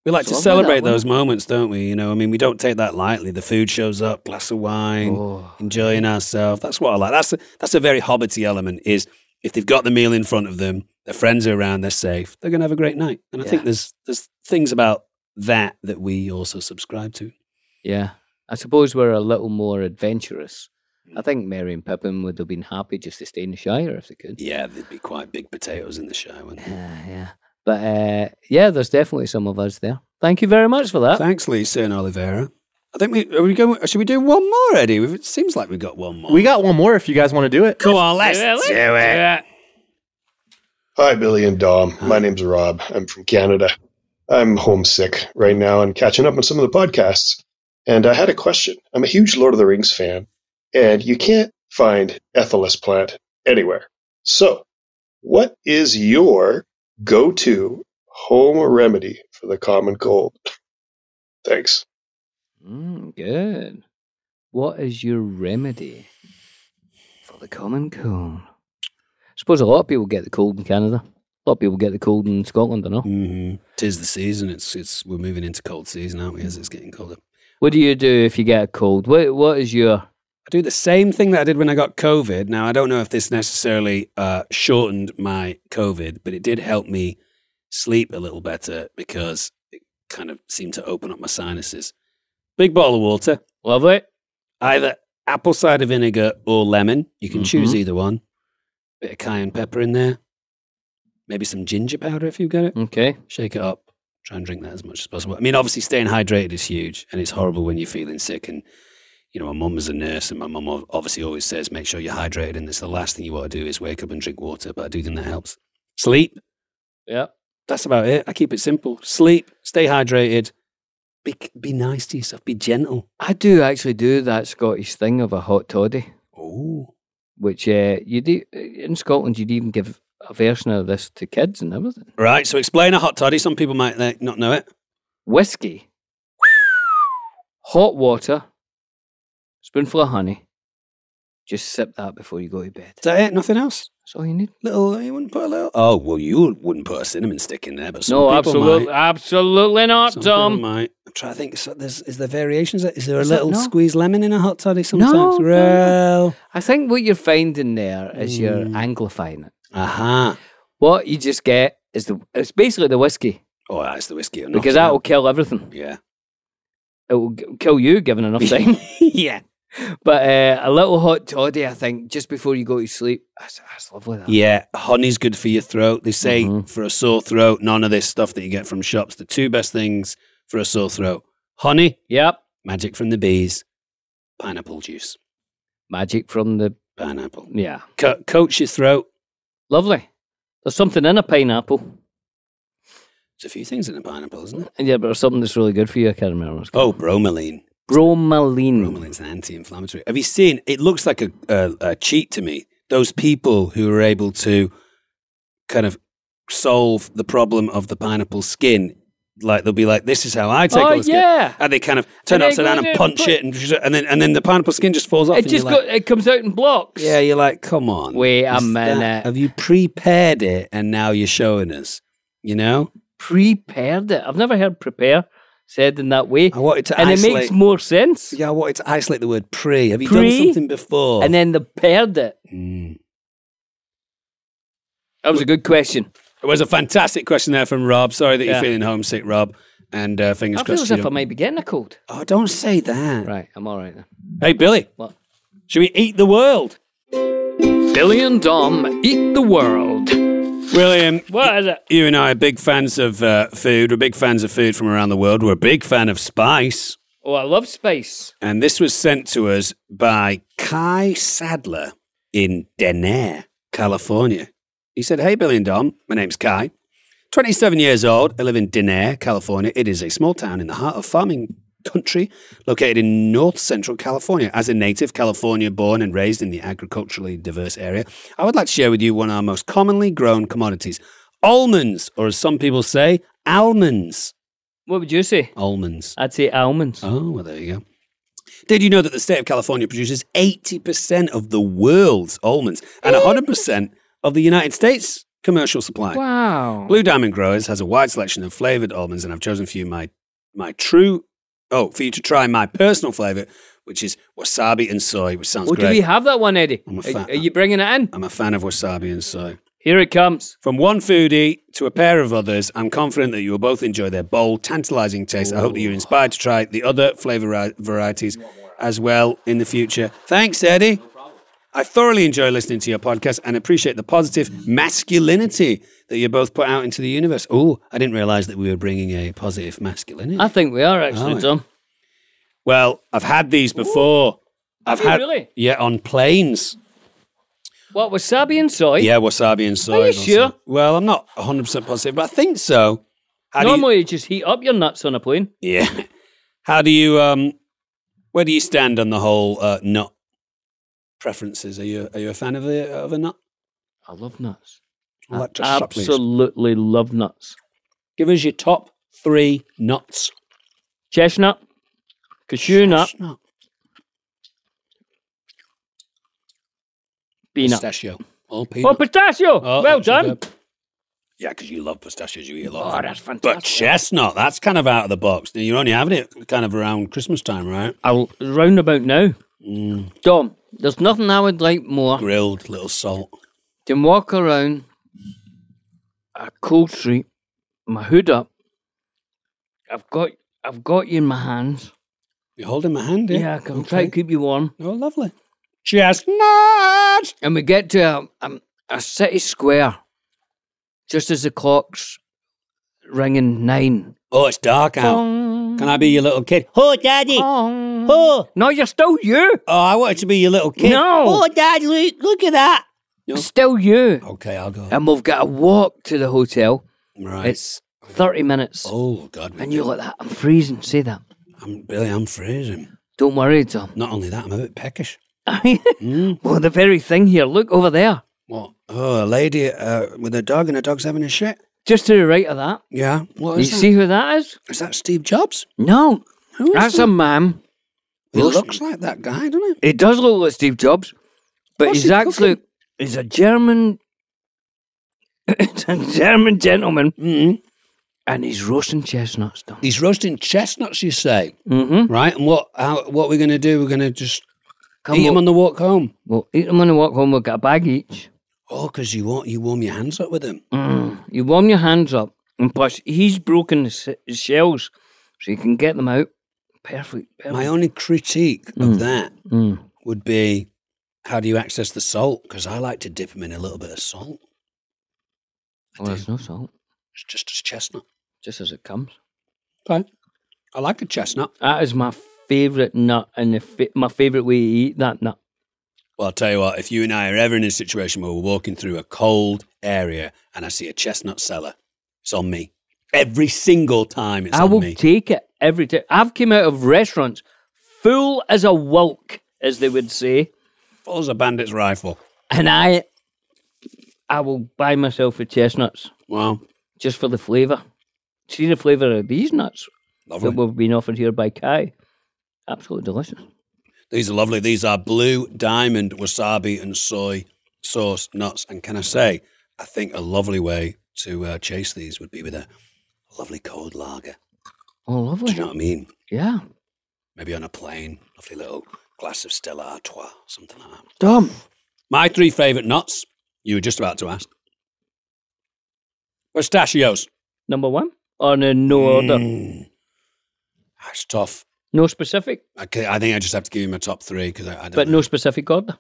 Speaker 3: We like
Speaker 2: It's
Speaker 3: to
Speaker 2: lovely, that
Speaker 3: celebrate
Speaker 2: one.
Speaker 3: those moments, don't we? You know, I mean, we don't take that lightly. The food shows up, glass of wine,
Speaker 2: Oh,
Speaker 3: enjoying ourselves. That's what I like. That's a, that's a very hobbity element. Is if they've got the meal in front of them, their friends are around, they're safe. They're going to have a great night. And I think there's there's things about that that we also subscribe to.
Speaker 2: Yeah. I suppose we're a little more adventurous. I think Mary and Pippin would have been happy just to stay in the Shire if they could.
Speaker 3: Yeah, there'd be quite big potatoes in the Shire, wouldn't there?
Speaker 2: Yeah, yeah. But uh, yeah, there's definitely some of us there. Thank you very much for that.
Speaker 3: Thanks, Lisa and Oliveira. I think we are we going. Should we do one more, Eddie? We've, it seems like we've got one more.
Speaker 14: We got one more if you guys want to do it.
Speaker 3: Come on, let's
Speaker 2: do
Speaker 3: it.
Speaker 15: Hi, Billy and Dom. My name's Rob. I'm from Canada. I'm homesick right now and catching up on some of the podcasts. And I had a question. I'm a huge Lord of the Rings fan, and you can't find Ethelus plant anywhere. So, what is your go to home remedy for the common cold? Thanks.
Speaker 2: Mm, good. What is your remedy for the common cold? I suppose a lot of people get the cold in Canada. A lot of people get the cold in Scotland, I know.
Speaker 3: Mm-hmm. Tis the season. It's it's we're moving into cold season, aren't we? As it's getting colder.
Speaker 2: What do you do if you get a cold? What What is your?
Speaker 3: I do the same thing that I did when I got COVID. Now I don't know if this necessarily uh, shortened my COVID, but it did help me sleep a little better because it kind of seemed to open up my sinuses. Big bottle of water,
Speaker 2: love it.
Speaker 3: Either apple cider vinegar or lemon. You can choose
Speaker 2: Mhm.
Speaker 3: either one. Bit of cayenne pepper in there. Maybe some ginger powder if you've got it.
Speaker 2: Okay.
Speaker 3: Shake it up. Try and drink that as much as possible. I mean, obviously, staying hydrated is huge, and it's horrible when you're feeling sick. And, you know, my mum is a nurse, and my mum ob- obviously always says, make sure you're hydrated. And it's the last thing you want to do is wake up and drink water. But I do think that helps. Sleep.
Speaker 2: Yeah.
Speaker 3: That's about it. I keep it simple. Sleep, stay hydrated, be, be nice to yourself, be gentle.
Speaker 2: I do actually do that Scottish thing of a hot toddy.
Speaker 3: Oh.
Speaker 2: Which uh, you do in Scotland? You'd even give a version of this to kids and everything.
Speaker 3: Right. So explain a hot toddy. Some people might like, not know it.
Speaker 2: Whiskey, hot water, spoonful of honey. Just sip that before you go to bed. Is
Speaker 3: that it? Nothing else?
Speaker 2: That's all you need.
Speaker 3: Little, you wouldn't put a little. Oh well, you wouldn't put a cinnamon stick in there, but some
Speaker 2: No,
Speaker 3: people
Speaker 2: absolutely,
Speaker 3: might.
Speaker 2: absolutely not,
Speaker 3: Some people
Speaker 2: Tom.
Speaker 3: might. I'm trying to think. So there's, is there variations? Is there a
Speaker 2: Is that
Speaker 3: little
Speaker 2: no?
Speaker 3: squeeze lemon in a hot toddy sometimes?
Speaker 2: No,
Speaker 3: Well,
Speaker 2: I think what you're finding there is you're
Speaker 3: Mm.
Speaker 2: anglifying it.
Speaker 3: Aha.
Speaker 2: What you just get is the it's basically the whiskey
Speaker 3: Oh, that's the whiskey. or not,
Speaker 2: because
Speaker 3: isn't
Speaker 2: that
Speaker 3: it?
Speaker 2: will kill everything.
Speaker 3: Yeah.
Speaker 2: It will g- kill you given enough
Speaker 3: (laughs)
Speaker 2: time. (laughs)
Speaker 3: yeah.
Speaker 2: But uh, a little hot toddy, I think, just before you go to sleep. That's, that's lovely. That.
Speaker 3: Yeah, honey's good for your throat. They say
Speaker 2: Mm-hmm.
Speaker 3: for a sore throat, none of this stuff that you get from shops. The two best things for a sore throat: honey.
Speaker 2: Yep.
Speaker 3: Magic from the bees. Pineapple juice.
Speaker 2: Magic from the
Speaker 3: pineapple.
Speaker 2: Yeah.
Speaker 3: Co- coat your throat.
Speaker 2: Lovely. There's something in a pineapple.
Speaker 3: There's a few things in a pineapple, isn't it?
Speaker 2: Yeah, but there's something that's really good for you. I can't remember. what it's
Speaker 3: Oh, bromelain.
Speaker 2: Bromelain.
Speaker 3: Bromelain's an anti-inflammatory. Have you seen? It looks like a, a, a cheat to me. Those people who are able to kind of solve the problem of the pineapple skin, like they'll be like, "This is how I take
Speaker 2: Oh,
Speaker 3: all the skin,"
Speaker 2: yeah.
Speaker 3: and they kind of
Speaker 2: And
Speaker 3: turn
Speaker 2: they
Speaker 3: upside
Speaker 2: go in
Speaker 3: down and
Speaker 2: and
Speaker 3: punch
Speaker 2: put-
Speaker 3: it, and, and then and then the pineapple skin just falls off.
Speaker 2: It
Speaker 3: and you're
Speaker 2: just
Speaker 3: like,
Speaker 2: got, it comes out in blocks.
Speaker 3: yeah, you're like, come on.
Speaker 2: Wait a
Speaker 3: is that-
Speaker 2: minute.
Speaker 3: have you prepared it and now you're showing us? You know,
Speaker 2: Prepared it. I've never heard prepare said in that way. I
Speaker 3: wanted to
Speaker 2: and it
Speaker 3: isolate-
Speaker 2: makes more sense.
Speaker 3: Yeah, I wanted to isolate the word pre. Have you done
Speaker 2: Pre?
Speaker 3: something before?
Speaker 2: And then the paired it.
Speaker 3: Mm.
Speaker 2: That was a good question.
Speaker 3: It was a fantastic question there from Rob. Sorry that
Speaker 2: Yeah.
Speaker 3: you're feeling homesick, Rob. And uh, fingers
Speaker 2: I feel
Speaker 3: crossed.
Speaker 2: as
Speaker 3: you
Speaker 2: if I
Speaker 3: don't-
Speaker 2: might be getting a cold.
Speaker 3: Oh, don't say that.
Speaker 2: Right, I'm all right then.
Speaker 3: Hey, Billy.
Speaker 2: What?
Speaker 3: Should we eat the world?
Speaker 2: Billy and Dom eat the world.
Speaker 3: William.
Speaker 2: What is it?
Speaker 3: You and I are big fans of uh, food. We're big fans of food from around the world. We're a big fan of spice.
Speaker 2: Oh, I love space.
Speaker 3: And this was sent to us by Kai Sadler in Denair, California. He said, Hey, Billy and Dom, my name's Kai. 27 years old. I live in Denair, California. It is a small town in the heart of farming country located in north central California. As a native California born and raised in the agriculturally diverse area, I would like to share with you one of our most commonly grown commodities almonds, or as some people say, almonds.
Speaker 2: What would you say?
Speaker 3: Almonds.
Speaker 2: I'd say almonds.
Speaker 3: Oh, well, there you go. Did you know that the state of California produces 80% of the world's almonds and 100% of the United States commercial supply.
Speaker 2: Wow.
Speaker 3: Blue Diamond Growers has a wide selection of flavored almonds, and I've chosen for you my my true oh for you to try my personal flavor, which is wasabi and soy, which sounds
Speaker 2: Oh,
Speaker 3: great.
Speaker 2: do we have that one, Eddie?
Speaker 3: I'm a
Speaker 2: Are-
Speaker 3: fan.
Speaker 2: are you bringing it in?
Speaker 3: I'm a fan of wasabi and soy.
Speaker 2: Here it comes.
Speaker 3: From one foodie to a pair of others, I'm confident that you will both enjoy their bold, tantalizing taste. I hope that you're inspired to try the other flavor ri- varieties as well in the future. Thanks, Eddie. I thoroughly enjoy listening to your podcast and appreciate the positive masculinity that you both put out into the universe. Oh, I didn't realize that we were bringing a positive masculinity.
Speaker 2: I think we are actually,
Speaker 3: Oh.
Speaker 2: Tom.
Speaker 3: Well, I've had these before. I've
Speaker 2: Have you
Speaker 3: had
Speaker 2: Oh, really?
Speaker 3: yeah on planes.
Speaker 2: What wasabi and soy?
Speaker 3: Yeah, wasabi and soy.
Speaker 2: Are you
Speaker 3: also.
Speaker 2: sure?
Speaker 3: Well, I'm not 100 percent positive, but I think so. How do you-
Speaker 2: Normally, you... just heat up your nuts on a plane.
Speaker 3: Yeah. How do you um where do you stand on the whole uh nut preferences? Are you are you a fan of the of a nut?
Speaker 2: I love nuts.
Speaker 3: Well, that just
Speaker 2: I
Speaker 3: shut, please.
Speaker 2: absolutely love nuts.
Speaker 3: Give us your top three nuts:
Speaker 2: chestnut, cashew nut,
Speaker 3: Chestnut.
Speaker 2: bean nut.
Speaker 3: Pistachio. All
Speaker 2: Oh, pistachio! well done.
Speaker 3: Yeah, because you love pistachios, you eat a lot.
Speaker 2: Oh,
Speaker 3: of them.
Speaker 2: that's
Speaker 3: But chestnut, that's kind of out of the box. Now, You're only having it kind of around Christmas time, right?
Speaker 2: I'll round about now. Dom, there's nothing I would like more
Speaker 3: grilled little salt
Speaker 2: than walk around a cold street, my hood up. I've got I've got you in my hands.
Speaker 3: You're holding my hand,
Speaker 2: yeah. Yeah, I can try to keep you warm.
Speaker 3: Oh, lovely. Chestnut.
Speaker 2: And we get to a, a, a city square, just as the clock's ringing nine.
Speaker 3: Oh, it's dark out. Can I be your little kid? Oh, daddy. Oh.
Speaker 2: No, you're still you.
Speaker 3: Oh, I wanted to be your little kid.
Speaker 2: No.
Speaker 3: Oh, dad, look, look at that.
Speaker 2: Still you.
Speaker 3: Okay, I'll go.
Speaker 2: And we've got a walk to the hotel.
Speaker 3: Right.
Speaker 2: It's 30 minutes.
Speaker 3: Oh, God.
Speaker 2: And you're like that. I'm freezing. Say that.
Speaker 3: I'm Billy, I'm freezing.
Speaker 2: Don't worry, (laughs) Tom. Hmm?
Speaker 3: Not only that, I'm a bit peckish.
Speaker 2: Well, the very thing here. Look over there.
Speaker 3: What? Oh, a lady uh, with a dog, and a dog's having a shit.
Speaker 2: Just to the right of that.
Speaker 3: Yeah. What
Speaker 2: you
Speaker 3: is that?
Speaker 2: see who that is?
Speaker 3: Is that Steve Jobs?
Speaker 2: No.
Speaker 3: Who is
Speaker 2: That's
Speaker 3: that?
Speaker 2: a man.
Speaker 3: He
Speaker 2: Looks-
Speaker 3: looks like that guy, doesn't he?
Speaker 2: He does look like Steve Jobs, but
Speaker 3: What's
Speaker 2: he's
Speaker 3: he
Speaker 2: actually
Speaker 3: cooking?
Speaker 2: he's a German, (laughs) it's a German gentleman, Mm-hmm. and he's roasting chestnuts. Dom.
Speaker 3: He's roasting chestnuts, you say?
Speaker 2: Mm-hmm.
Speaker 3: Right. And what how, what we're going to do, we're going to just
Speaker 2: Come
Speaker 3: eat him
Speaker 2: on.
Speaker 3: on the walk home.
Speaker 2: Well, eat them on the walk home. We'll get a bag each.
Speaker 3: Oh, because you, wa- you warm your hands up with him.
Speaker 2: Mm. You warm your hands up, and plus he's broken the s- his shells, so you can get them out. Perfect. perfect.
Speaker 3: My only critique
Speaker 2: Mm.
Speaker 3: of that
Speaker 2: Mm.
Speaker 3: would be how do you access the salt? Because I like to dip them in a little bit of salt.
Speaker 2: Well, Oh, there's no salt,
Speaker 3: It's just as chestnut.
Speaker 2: just as it comes.
Speaker 3: Okay. I like a chestnut.
Speaker 2: That is my favourite nut, and the fa- my favourite way to eat that nut.
Speaker 3: Well, I'll tell you what, if you and I are ever in a situation where we're walking through a cold area and I see a chestnut cellar, it's on me. Every single time it's
Speaker 2: I
Speaker 3: on
Speaker 2: will
Speaker 3: me.
Speaker 2: take it every time. I've come out of restaurants full as a whelk, as they would say,
Speaker 3: Full as a bandit's rifle.
Speaker 2: and I, I will buy myself a chestnuts
Speaker 3: Wow.
Speaker 2: just for the flavour. See the flavour of these nuts
Speaker 3: Lovely.
Speaker 2: that we've been offered here by Kai. Absolutely delicious.
Speaker 3: These are lovely. These are blue diamond wasabi and soy sauce nuts. And can I say, I think a lovely way to uh, chase these would be with a lovely cold lager.
Speaker 2: Oh,
Speaker 3: Do
Speaker 2: lovely.
Speaker 3: you know what I mean?
Speaker 2: Yeah,
Speaker 3: Maybe on a plane, lovely little glass of Stella Artois, something like that.
Speaker 2: Dom.
Speaker 3: My three favourite nuts. You were just about to ask. Pistachios.
Speaker 2: Number one on a no order,
Speaker 3: Mm. That's tough.
Speaker 2: no specific,
Speaker 3: I, ca- I think I just have to give you my top three because I, I don't.
Speaker 2: but
Speaker 3: know.
Speaker 2: no specific order.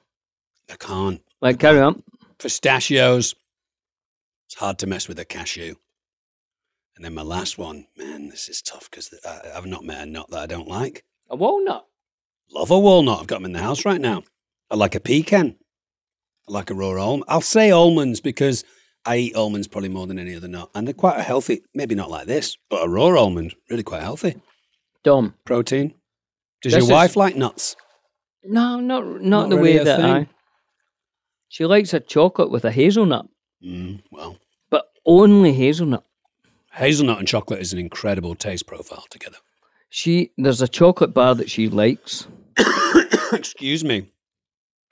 Speaker 3: I can't.
Speaker 2: Like carry on.
Speaker 3: pistachios. It's hard to mess with a cashew. And then my last one, man, this is tough because I've not met a nut that I don't like.
Speaker 2: A walnut.
Speaker 3: Love a walnut. I've got them in the house right now. I like a pecan. I like a raw almond. I'll say almonds because I eat almonds probably more than any other nut. And they're quite healthy. Maybe not like this, but a raw almond, really quite healthy.
Speaker 2: Dom.
Speaker 3: Protein. Does
Speaker 2: This
Speaker 3: your
Speaker 2: is-
Speaker 3: wife like nuts?
Speaker 2: No, not not,
Speaker 3: Not
Speaker 2: the
Speaker 3: really
Speaker 2: way
Speaker 3: a
Speaker 2: that
Speaker 3: thing.
Speaker 2: I. She likes a chocolate with a hazelnut,
Speaker 3: Mm, well,
Speaker 2: but only hazelnut.
Speaker 3: hazelnut and chocolate is an incredible taste profile together. (coughs)
Speaker 2: She there's a chocolate bar that she likes,
Speaker 3: Excuse me.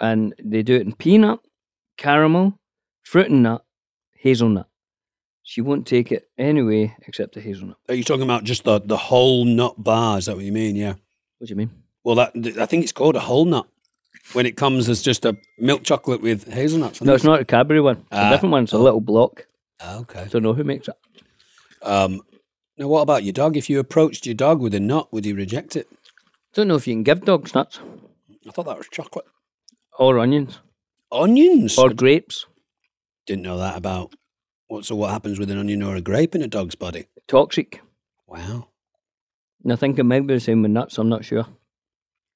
Speaker 2: and they do it in peanut, caramel, fruit and nut, hazelnut. She won't take it anyway, except the hazelnut.
Speaker 3: Are you talking about just the, the whole nut bar? Is that what you mean? Yeah.
Speaker 2: What do you mean?
Speaker 3: Well, that th- I think it's called a whole nut when it comes as just a milk chocolate with hazelnuts.
Speaker 2: No, it's not a Cadbury one. It's
Speaker 3: Ah.
Speaker 2: a different one. It's a little block.
Speaker 3: okay.
Speaker 2: Don't know who makes it.
Speaker 3: Um, now, what about your dog? If you approached your dog with a nut, would he reject it?
Speaker 2: Don't know if you can give dogs nuts
Speaker 3: I thought that was chocolate.
Speaker 2: or onions.
Speaker 3: Onions?
Speaker 2: Or grapes.
Speaker 3: Didn't know that about what. So, what happens with an onion or a grape in a dog's body?
Speaker 2: Toxic.
Speaker 3: Wow.
Speaker 2: And I think it might be the same with nuts. I'm not sure.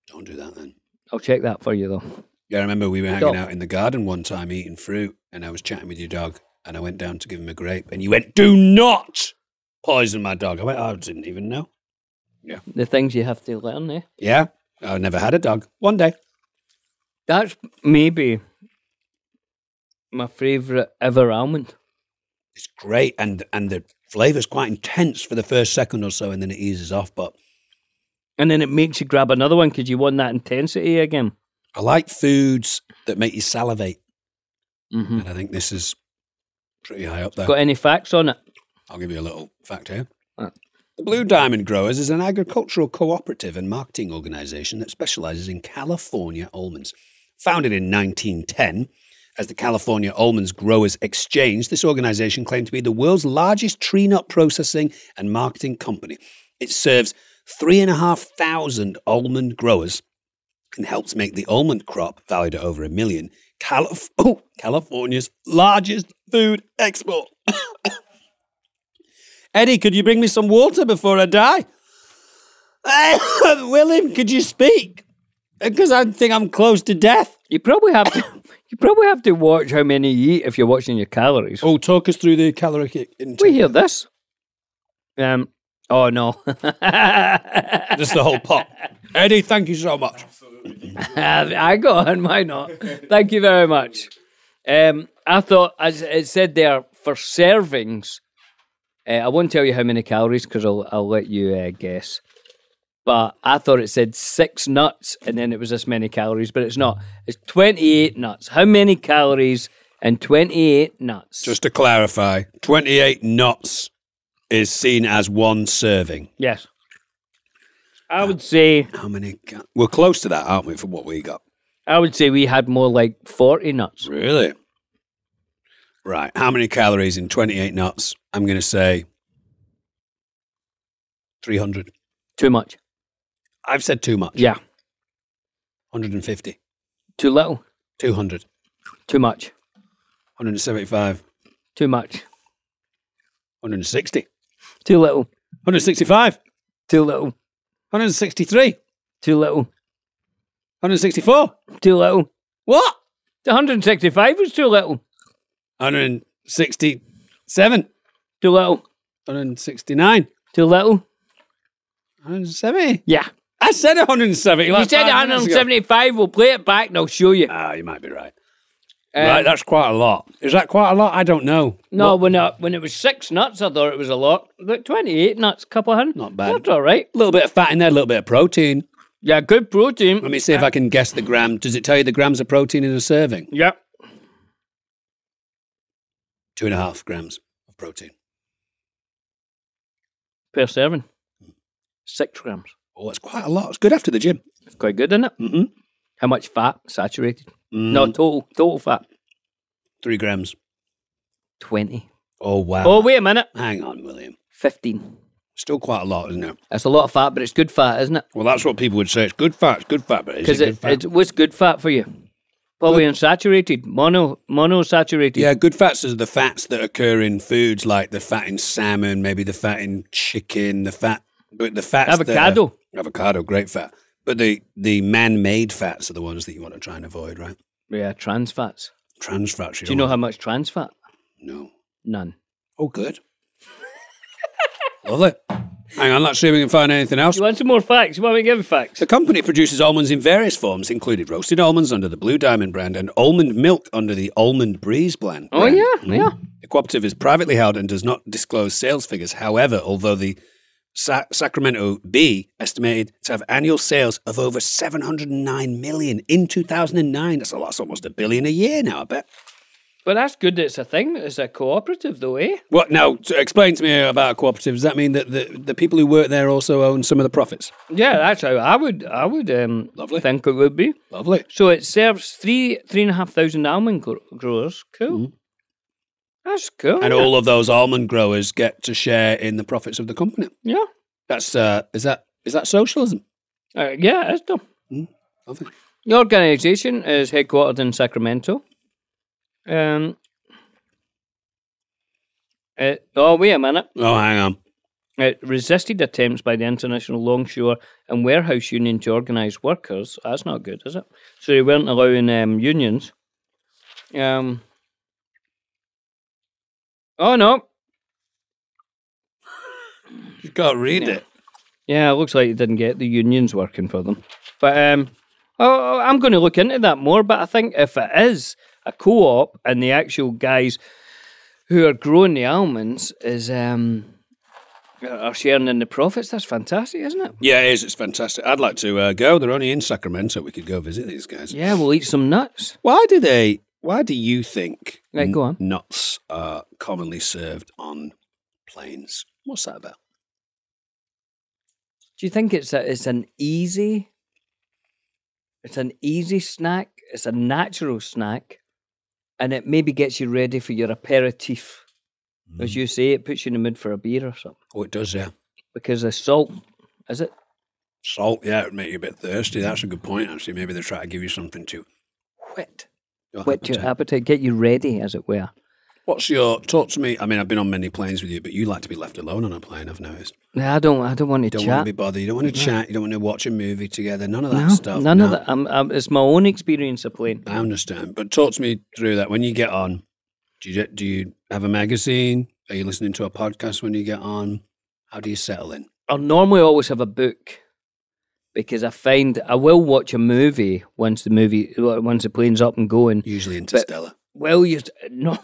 Speaker 3: Don't do that then.
Speaker 2: I'll check that for you though.
Speaker 3: Yeah, I remember we were hanging
Speaker 2: Dog.
Speaker 3: out in the garden one time eating fruit, and I was chatting with your dog, and I went down to give him a grape, and you went, "Do not poison my dog." I went, "I didn't even know." Yeah,
Speaker 2: The things you have to learn, eh?
Speaker 3: yeah. I never had a dog. One day.
Speaker 2: That's maybe my favourite ever almond.
Speaker 3: It's great, and and the flavour's quite intense for the first second or so, and then it eases off. But
Speaker 2: And then it makes you grab another one because you want that intensity again.
Speaker 3: I like foods that make you salivate,
Speaker 2: Mhm.
Speaker 3: and I think this is pretty high up there.
Speaker 2: Got any facts on it?
Speaker 3: I'll give you a little fact here. The Blue Diamond Growers is an agricultural cooperative and marketing organization that specializes in California almonds. Founded in 1910 as the California Almonds Growers Exchange, this organization claimed to be the world's largest tree nut processing and marketing company. It serves 3,500 almond growers and helps make the almond crop, valued at over a million, Calif- (laughs) oh, California's largest food export. Eddie, could you bring me some water before I die? (coughs) William, could you speak? Because I think I'm close to death.
Speaker 2: You probably have to. (coughs) You probably have to watch how many you eat if you're watching your calories.
Speaker 3: Oh, talk us through the caloric intake.
Speaker 2: We hear this. Um. Oh no. (laughs)
Speaker 3: Just the whole (laughs) pot. Eddie, thank you so much.
Speaker 2: I got on. (laughs) Why not? Thank you very much. Um. I thought, as it said there, for servings. Uh, I won't tell you how many calories because I'll I'll let you uh, guess. But I thought it said six nuts and then it was this many calories, but it's not. It's twenty eight nuts. How many calories and twenty eight nuts?
Speaker 3: Just to clarify, 28 knots is seen as one serving.
Speaker 2: Yes. I would say
Speaker 3: how many? Ca- We're close to that, aren't we, from what we got?
Speaker 2: I would say we had more like forty nuts.
Speaker 3: Really? Right. How many calories in 28 knots? I'm going to say 300.
Speaker 2: Too much.
Speaker 3: I've said too much.
Speaker 2: Yeah.
Speaker 3: 150.
Speaker 2: Too little.
Speaker 3: 200.
Speaker 2: Too much.
Speaker 3: 175.
Speaker 2: Too much.
Speaker 3: 160.
Speaker 2: Too little.
Speaker 3: 165.
Speaker 2: Too little.
Speaker 3: 163.
Speaker 2: Too little.
Speaker 3: 164.
Speaker 2: Too little.
Speaker 3: What?
Speaker 2: One hundred and sixty-five was too little.
Speaker 3: 167.
Speaker 2: Too little.
Speaker 3: 169.
Speaker 2: Too little.
Speaker 3: 170.
Speaker 2: Yeah.
Speaker 3: I said 170.
Speaker 2: you
Speaker 3: like
Speaker 2: said
Speaker 3: five minutes ago.
Speaker 2: 175. We'll play it back and I'll show you. Um,
Speaker 3: Ah, you might be right. right, that's quite a lot. Is that quite a lot? I don't know.
Speaker 2: No, when I, when it was six nuts, I thought it was a lot. But 28 nuts, couple hundred. Not
Speaker 3: bad.
Speaker 2: That's all right.
Speaker 3: A little bit of fat in there, a little bit of protein.
Speaker 2: Yeah, good protein.
Speaker 3: Let me see if I can guess the gram. Does it tell you the grams of protein in a serving?
Speaker 2: Yeah.
Speaker 3: Two and a half grams of protein.
Speaker 2: Per serving. Six grams.
Speaker 3: Oh, it's quite a lot. It's good after the gym.
Speaker 2: It's quite good, isn't it?
Speaker 3: Mm-hmm.
Speaker 2: How much fat? Saturated? No, total total fat.
Speaker 3: Three grams.
Speaker 2: 20.
Speaker 3: Oh, wow.
Speaker 2: Oh, wait a minute.
Speaker 3: Hang on, William.
Speaker 2: 15.
Speaker 3: Still quite a lot, isn't it?
Speaker 2: That's a lot of fat, but it's good fat, isn't it?
Speaker 3: Well, that's what people would say. It's good fat. It's good fat, but is it
Speaker 2: Because
Speaker 3: good
Speaker 2: it,
Speaker 3: fat?
Speaker 2: it, what's good fat for you? Probably unsaturated, mono monosaturated.
Speaker 3: Yeah, good fats are the fats that occur in foods like the fat in salmon, maybe the fat in chicken, the fat, but the fats that are-
Speaker 2: Avocado.
Speaker 3: avocado, great fat. But the the man-made fats are the ones that you want to try and avoid, right?
Speaker 2: Yeah, trans fats.
Speaker 3: Trans fats.
Speaker 2: Do you know how much trans fat?
Speaker 3: No.
Speaker 2: None.
Speaker 3: Oh, good. (laughs) Lovely. Hang on, let's see if we can find anything else.
Speaker 2: You want some more facts? You want me to give you facts?
Speaker 3: The company produces almonds in various forms, including roasted almonds under the Blue Diamond brand and almond milk under the Almond Breeze brand. Mm.
Speaker 2: Oh, yeah, yeah.
Speaker 3: The cooperative is privately held and does not disclose sales figures. However, although the Sa- Sacramento Bee estimated to have annual sales of over 709 million in 2009, that's a lot, that's almost a billion a year now, I bet.
Speaker 2: But that's good that it's a thing, that it's a cooperative, though, eh?
Speaker 3: What? Now, so explain to me about a cooperative. Does that mean that the, the people who work there also own some of the profits?
Speaker 2: Yeah, that's how I would I would um, think it would be.
Speaker 3: Lovely.
Speaker 2: So it serves three three and a half thousand almond gro- growers. Cool. That's cool.
Speaker 3: Mm-hmm. And all of those almond growers get to share in the profits of the company.
Speaker 2: Yeah.
Speaker 3: That's uh, is that is that socialism? Hmm?
Speaker 2: Uh, yeah, it's done.
Speaker 3: Lovely.
Speaker 2: The organisation is headquartered in Sacramento. Um. it- oh wait a minute.
Speaker 3: Oh, hang on.
Speaker 2: It resisted attempts by the International Longshore and Warehouse Union to organise workers. That's not good, is it? So they weren't allowing um, unions. Um. Oh no!
Speaker 3: You can't read it.
Speaker 2: Yeah, it looks like you didn't get the unions working for them. But um, oh, I'm going to look into that more. But I think if it is a co-op and the actual guys who are growing the almonds is um are are sharing in the profits, that's fantastic, isn't it?
Speaker 3: Yeah, it is. It's fantastic. I'd like to uh, go. They're only in Sacramento. We could go visit these guys.
Speaker 2: Yeah, we'll eat some nuts.
Speaker 3: Why do they? Why do you think
Speaker 2: Right, go on.
Speaker 3: n- nuts are commonly served on planes? What's that about?
Speaker 2: Do you think it's a, it's an easy it's an easy snack, it's a natural snack, and it maybe gets you ready for your aperitif. As you say, it puts you in the mood for a beer or something.
Speaker 3: Oh, it does, yeah.
Speaker 2: Because the salt, is it?
Speaker 3: Salt, yeah, it'd make you a bit thirsty. That's a good point, actually. Maybe they try to give you something to whet. your
Speaker 2: Whet your
Speaker 3: appetite.
Speaker 2: appetite, get you ready, as it were.
Speaker 3: What's your talk to me? I mean, I've been on many planes with you, but you like to be left alone on a plane. I've noticed.
Speaker 2: Nah, I don't. I don't want to
Speaker 3: You don't
Speaker 2: chat.
Speaker 3: want to be bothered. You don't want to
Speaker 2: No.
Speaker 3: chat. You don't want to watch a movie together. None of
Speaker 2: no,
Speaker 3: that stuff.
Speaker 2: none of
Speaker 3: no.
Speaker 2: that. I'm, I'm, it's my own experience of playing.
Speaker 3: I understand. But talk to me through that. When you get on, do you do you have a magazine? Are you listening to a podcast when you get on? How do you settle in?
Speaker 2: I normally always have a book because I find I will watch a movie once the movie once the plane's up and going.
Speaker 3: Usually Interstellar. (laughs)
Speaker 2: well, you (laughs) no.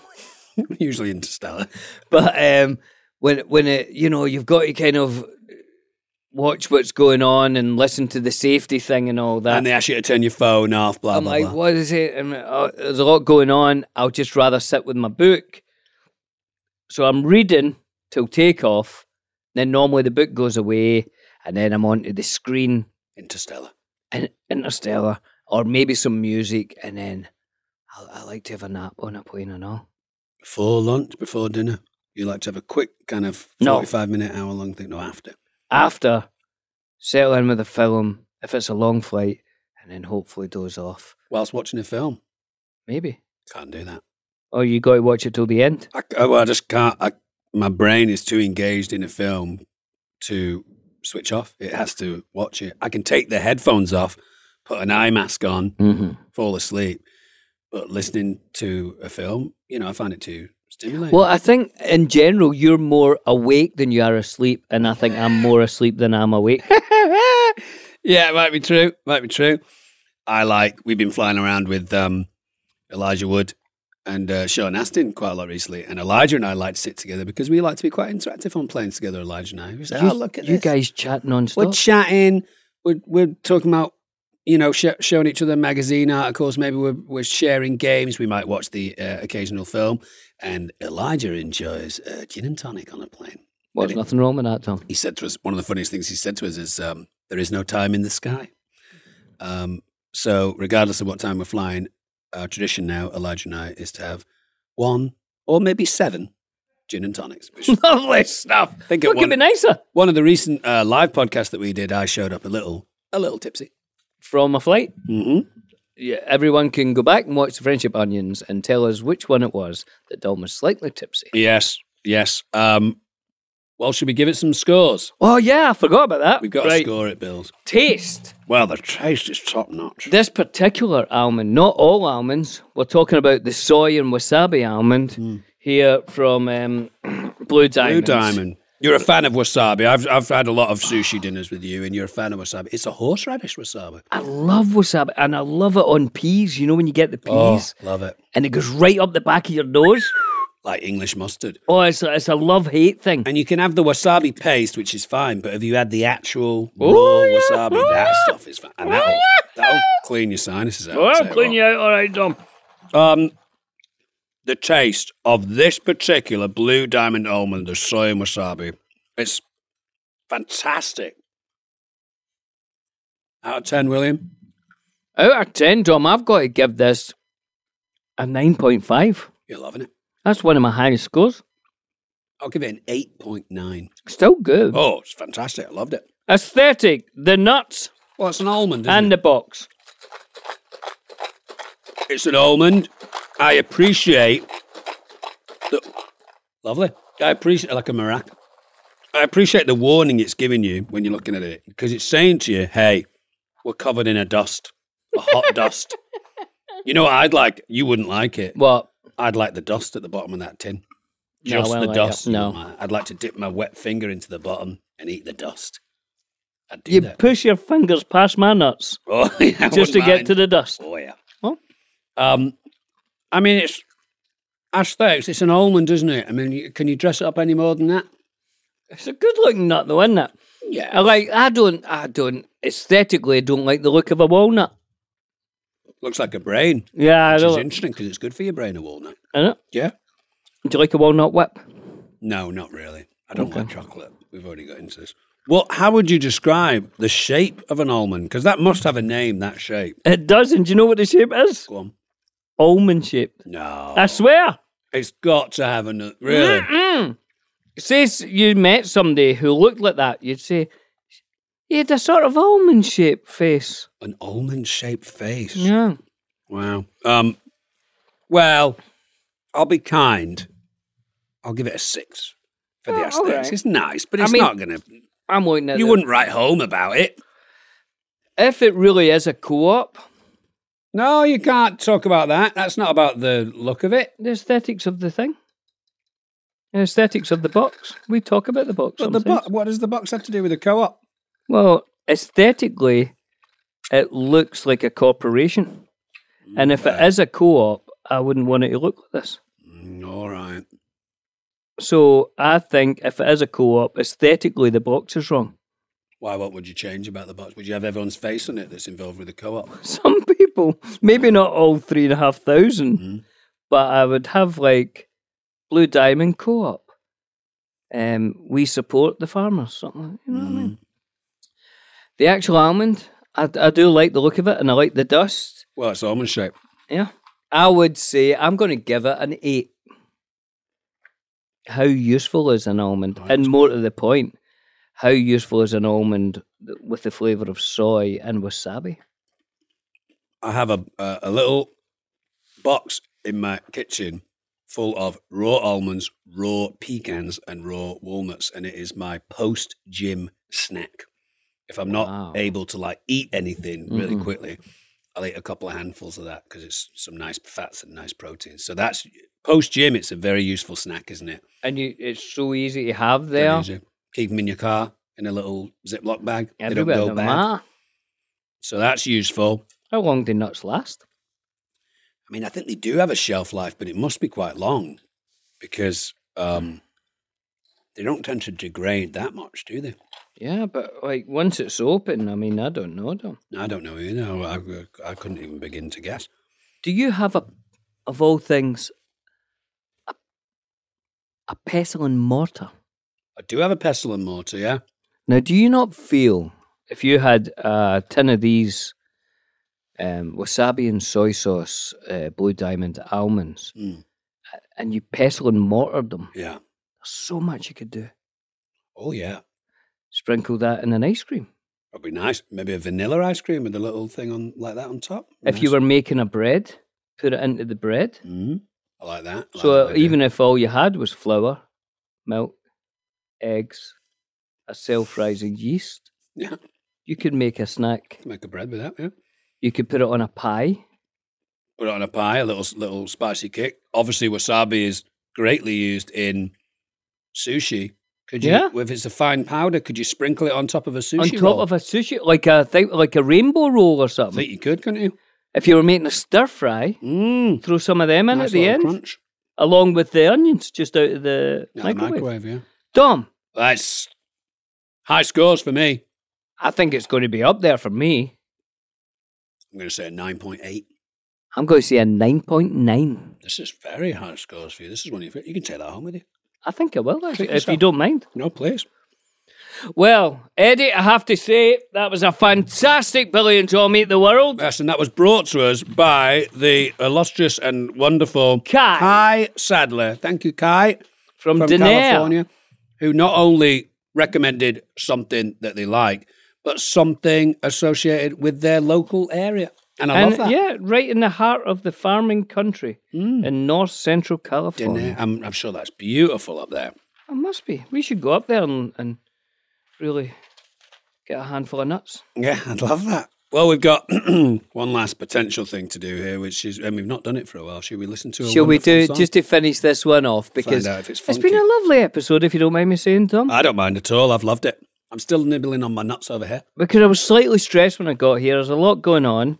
Speaker 3: Usually Interstellar.
Speaker 2: But um, when when it you know you've got to kind of watch what's going on and listen to the safety thing and all that.
Speaker 3: and they ask you to turn your phone off. Blah
Speaker 2: I'm
Speaker 3: blah
Speaker 2: like,
Speaker 3: blah.
Speaker 2: what is it? And uh, there's a lot going on. I'll just rather sit with my book. So I'm reading till takeoff. Then normally the book goes away, and then I'm onto the screen,
Speaker 3: Interstellar,
Speaker 2: in, Interstellar, or maybe some music, and then I, I like to have a nap on a plane and all.
Speaker 3: Before lunch, before dinner, you like to have a quick kind of
Speaker 2: No.
Speaker 3: forty-five minute, hour long thing. No, after.
Speaker 2: After, settle in with a film if it's a long flight, and then hopefully doze off.
Speaker 3: Whilst watching a film,
Speaker 2: maybe
Speaker 3: can't do that.
Speaker 2: Or you got to watch it till the end.
Speaker 3: I, well, I just can't. I, my brain is too engaged in a film to switch off. It has to watch it. I can take the headphones off, put an eye mask on,
Speaker 2: Mhm.
Speaker 3: fall asleep. But listening to a film, you know, I find it too stimulating.
Speaker 2: Well, I think in general you're more awake than you are asleep, and I think I'm more asleep than I'm awake.
Speaker 3: (laughs) yeah, it might be true. Might be true. I like. We've been flying around with um, Elijah Wood and uh, Sean Astin quite a lot recently, and Elijah and I like to sit together because we like to be quite interactive on planes together. Elijah and I. We say,
Speaker 2: you,
Speaker 3: "Oh, look at
Speaker 2: you
Speaker 3: this."
Speaker 2: guys chat non-stop.
Speaker 3: We're chatting. We're, we're talking about, you know, sh- showing each other magazine articles. Maybe we're, we're sharing games. We might watch the uh, occasional film. And Elijah enjoys uh, gin and tonic on a plane.
Speaker 2: well, there's nothing wrong with that, Tom.
Speaker 3: He said to us, one of the funniest things he said to us is, um, there is no time in the sky. Um, so, regardless of what time we're flying, our tradition now, Elijah and I, is to have one or maybe seven gin and tonics. (laughs) Which
Speaker 2: Lovely stuff.
Speaker 3: Think
Speaker 2: What could be nicer?
Speaker 3: One of the recent uh, live podcasts that we did, I showed up a little, a little tipsy.
Speaker 2: From a flight,
Speaker 3: mm-hmm.
Speaker 2: yeah, everyone can go back and watch the Friendship Onions and tell us which one it was that Dom was slightly tipsy.
Speaker 3: Yes, yes. Um, well, should we give it some scores?
Speaker 2: Oh yeah, I forgot about that.
Speaker 3: We've got
Speaker 2: Right.
Speaker 3: to score it, Bills.
Speaker 2: Taste.
Speaker 3: Well, the taste is top notch.
Speaker 2: This particular almond, not all almonds. We're talking about the soy and wasabi almond here from um, (clears throat) Blue
Speaker 3: Hmm. Blue
Speaker 2: Diamond.
Speaker 3: diamond. You're a fan of wasabi. I've I've had a lot of sushi dinners with you, and you're a fan of wasabi. It's a horseradish wasabi.
Speaker 2: I love wasabi, and I love it on peas. You know when you get the
Speaker 3: Oh,
Speaker 2: peas,
Speaker 3: love it.
Speaker 2: and it goes right up the back of your nose.
Speaker 3: Like English mustard.
Speaker 2: Oh, it's a, it's a love hate thing.
Speaker 3: And you can have the wasabi paste, which is fine, but have you had the actual raw
Speaker 2: Oh, yeah.
Speaker 3: wasabi?
Speaker 2: Oh,
Speaker 3: that
Speaker 2: yeah.
Speaker 3: stuff is fine. And that'll, that'll clean your sinuses out.
Speaker 2: Oh,
Speaker 3: I'll
Speaker 2: I'll
Speaker 3: tell you
Speaker 2: clean you out, all right, Dom.
Speaker 3: what. Um, the taste of this particular blue diamond almond, the soy and wasabi. It's fantastic. Out of 10, William?
Speaker 2: Out of 10, Dom, I've got to give this a 9.5.
Speaker 3: You're loving it.
Speaker 2: That's one of my highest scores.
Speaker 3: I'll give it an 8.9.
Speaker 2: Still good.
Speaker 3: Oh, it's fantastic. I loved it.
Speaker 2: Aesthetic, the nuts.
Speaker 3: Well, it's an almond.
Speaker 2: And the box.
Speaker 3: It's an almond. I appreciate the lovely. I appreciate like a marac. I appreciate the warning it's giving you when you're looking at it because it's saying to you, "Hey, we're covered in a dust,
Speaker 2: (laughs)
Speaker 3: a hot dust." You know what I'd like? You wouldn't like it.
Speaker 2: What?
Speaker 3: I'd like the dust at the bottom of that tin.
Speaker 2: No, I
Speaker 3: Just the
Speaker 2: won't like it.
Speaker 3: dust.
Speaker 2: No.
Speaker 3: My- I'd like to dip my wet finger into the bottom and eat the dust. I'd do
Speaker 2: You
Speaker 3: that.
Speaker 2: push your fingers past my nuts
Speaker 3: (laughs) Oh, yeah, I
Speaker 2: just to
Speaker 3: wouldn't
Speaker 2: get
Speaker 3: mind.
Speaker 2: to the dust.
Speaker 3: Oh yeah.
Speaker 2: Well.
Speaker 3: Um, I mean, it's aesthetics. It's an almond, isn't it? I mean, you- can you dress it up any more than that?
Speaker 2: It's a good looking nut, though, isn't it?
Speaker 3: Yeah.
Speaker 2: I like. I don't. I don't. Aesthetically, I don't like the look of a walnut.
Speaker 3: Looks like a brain.
Speaker 2: Yeah, I
Speaker 3: which is
Speaker 2: don't.
Speaker 3: interesting because it's good for your brain, a walnut.
Speaker 2: Isn't it?
Speaker 3: Yeah.
Speaker 2: Do you like a walnut whip?
Speaker 3: No, not really. I don't like chocolate. We've already got into this. Well, how would you describe the shape of an almond? Because that must have a name. That shape.
Speaker 2: It doesn't. Do you know what the shape is?
Speaker 3: Go on.
Speaker 2: Almond shaped.
Speaker 3: No,
Speaker 2: I swear.
Speaker 3: it's got to have another. Really?
Speaker 2: Mm-mm. Say s- you met somebody who looked like that, you'd say he had a sort of almond shaped face.
Speaker 3: An almond-shaped face.
Speaker 2: Yeah.
Speaker 3: Wow. Um. Well, I'll be kind. I'll give it a six for
Speaker 2: Oh,
Speaker 3: the
Speaker 2: all
Speaker 3: aesthetics.
Speaker 2: right.
Speaker 3: It's nice, but
Speaker 2: I
Speaker 3: it's
Speaker 2: mean,
Speaker 3: not going to.
Speaker 2: I'm looking at
Speaker 3: You
Speaker 2: the-
Speaker 3: wouldn't write home about it.
Speaker 2: If it really is a co-op,
Speaker 3: No, you can't talk about that. That's not about the look of it.
Speaker 2: the aesthetics of the thing, the aesthetics of the box. We talk about the box.
Speaker 3: But the
Speaker 2: sometimes.
Speaker 3: bo- what does the box have to do with the co-op?
Speaker 2: Well, aesthetically, it looks like a corporation. And if it is a co op, I wouldn't want it to look like this.
Speaker 3: Mm, All right.
Speaker 2: So I think if it is a co op, aesthetically, the box is wrong. (laughs)
Speaker 3: Why? What would you change about the box? Would you have everyone's face on it that's involved with the co-op?
Speaker 2: Some people, maybe not all three and a half thousand, but I would have like Blue Diamond Co op. Um, we support the farmers, something like You know what I mean? The actual almond, I, I do like the look of it and I like the dust.
Speaker 3: Well, it's almond shape.
Speaker 2: Yeah. I would say I'm going to give it an eight. How useful is an almond? And more to the point, how useful is an almond th- with the flavour of soy and wasabi?
Speaker 3: I have a a, a little box in my kitchen full of raw almonds, raw pecans, and raw walnuts, and it is my post gym snack. If I'm not able to like eat anything really
Speaker 14: Mhm.
Speaker 3: quickly, I'll eat a couple of handfuls of that because it's some nice fats and nice proteins. So that's post gym. It's a very useful snack, isn't it?
Speaker 2: And you, it's so easy to have
Speaker 3: Very
Speaker 2: there.
Speaker 3: easy. Keep them in your car in a little Ziploc bag. They don't
Speaker 2: Everywhere
Speaker 3: go
Speaker 2: they
Speaker 3: bad.
Speaker 2: are.
Speaker 3: So that's useful.
Speaker 2: How long do nuts last?
Speaker 3: I mean, I think they do have a shelf life, but it must be quite long because um, they don't tend to degrade that much, do they?
Speaker 2: Yeah, but like once it's open, I mean, I don't know. Don't.
Speaker 3: I don't know. You know, I, I couldn't even begin to guess.
Speaker 2: Do you have a, of all things, a, a pestle and mortar?
Speaker 3: I do have a pestle and mortar, yeah?
Speaker 2: Now, do you not feel if you had a tin of these um, wasabi and soy sauce, uh, blue diamond almonds, a- and you pestle and mortared them?
Speaker 3: Yeah.
Speaker 2: So much you could do.
Speaker 3: Oh, yeah.
Speaker 2: Sprinkle that in an ice cream.
Speaker 3: That'd be nice. Maybe a vanilla ice cream with a little thing on like that on top.
Speaker 2: If you
Speaker 3: Nice.
Speaker 2: were making a bread, put it into the bread.
Speaker 3: Mm. I like that. I like
Speaker 2: So
Speaker 3: that idea.
Speaker 2: even if all you had was flour, milk, eggs, a self-rising yeast,
Speaker 3: Yeah.
Speaker 2: you could make a snack.
Speaker 3: Make a bread with that, yeah.
Speaker 2: You could put it on a pie.
Speaker 3: put it on a pie, a little little spicy kick. Obviously, wasabi is greatly used in sushi. Could you,
Speaker 2: Yeah.
Speaker 3: if it's a fine powder, could you sprinkle it on top of a sushi
Speaker 2: on top
Speaker 3: roll?
Speaker 2: of a sushi, like a thing, like a rainbow roll or something.
Speaker 3: think you could, couldn't you? Mm.
Speaker 2: If you were making a stir fry, throw some of them in
Speaker 3: Nice
Speaker 2: at the
Speaker 3: little
Speaker 2: end,
Speaker 3: crunch.
Speaker 2: along with the onions just out of the
Speaker 3: Yeah, the
Speaker 2: microwave.
Speaker 3: microwave, yeah.
Speaker 2: Dom,
Speaker 3: That's high scores for me.
Speaker 2: I think it's going to be up there for me.
Speaker 3: I'm going to say a 9.8.
Speaker 2: I'm going to say a 9.9.
Speaker 3: This is very high scores for you. This is one of your favorite. You can take that home with you.
Speaker 2: I think I will, actually, if
Speaker 3: Treat
Speaker 2: you
Speaker 3: yourself.
Speaker 2: don't mind.
Speaker 3: No, please.
Speaker 2: Well, Eddie, I have to say that was a fantastic Billy and Tom Eat the World.
Speaker 3: Yes, and that was brought to us by the illustrious and wonderful Kai, Sadler. Thank you, Kai.
Speaker 2: From, Donaire.
Speaker 3: California, who not only recommended something that they like, but something associated with their local area. And I love that. Mm.
Speaker 2: Yeah, right in the heart of the farming country in north central California.
Speaker 3: Donaire. I'm, I'm sure that's beautiful up there.
Speaker 2: It must be. We should go up there and, and really get a handful of nuts.
Speaker 3: Yeah, I'd love that. Well, we've got (clears throat) one last potential thing to do here, which is, and we've not done it for a while. Should we listen to a
Speaker 2: Shall we
Speaker 3: wonderful
Speaker 2: do
Speaker 3: song?
Speaker 2: just to finish this one off? Because
Speaker 3: out if it's
Speaker 2: it's been a lovely episode, if you don't mind me saying, Tom.
Speaker 3: I don't mind at all. I've loved it. I'm still nibbling on my nuts over here.
Speaker 2: because I was slightly stressed when I got here. There's a lot going on,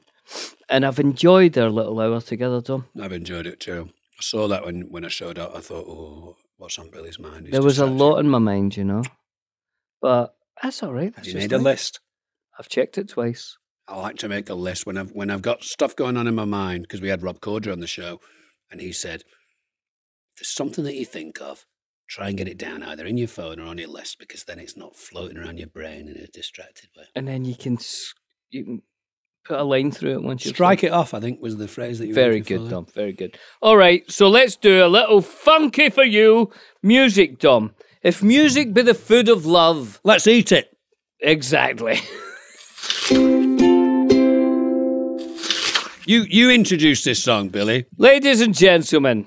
Speaker 2: and I've enjoyed our little hour together, Tom.
Speaker 3: I've enjoyed it too. I saw that when, when I showed up. I thought, oh, what's on Billy's mind? He's
Speaker 2: there was a
Speaker 3: distracted.
Speaker 2: lot in my mind, you know, but that's all right.
Speaker 3: Have
Speaker 2: that's
Speaker 3: you
Speaker 2: just
Speaker 3: made a
Speaker 2: life.
Speaker 3: list?
Speaker 2: I've checked it twice.
Speaker 3: I like to make a list when I've when I've got stuff going on in my mind because we had Rob Corder on the show, and he said, if "There's something that you think of, try and get it down either in your phone or on your list because then it's not floating around your brain in a distracted way."
Speaker 2: and then you can s- you can put a line through it once you
Speaker 3: Strike it off, I think, was the phrase that you. were
Speaker 2: Very
Speaker 3: looking
Speaker 2: good,
Speaker 3: for.
Speaker 2: Dom. Very good. All right, so let's do a little funky for you music, Dom. If music be the food of love,
Speaker 3: let's eat it.
Speaker 2: Exactly. (laughs)
Speaker 3: You you introduced this song, Billy.
Speaker 2: Ladies and gentlemen,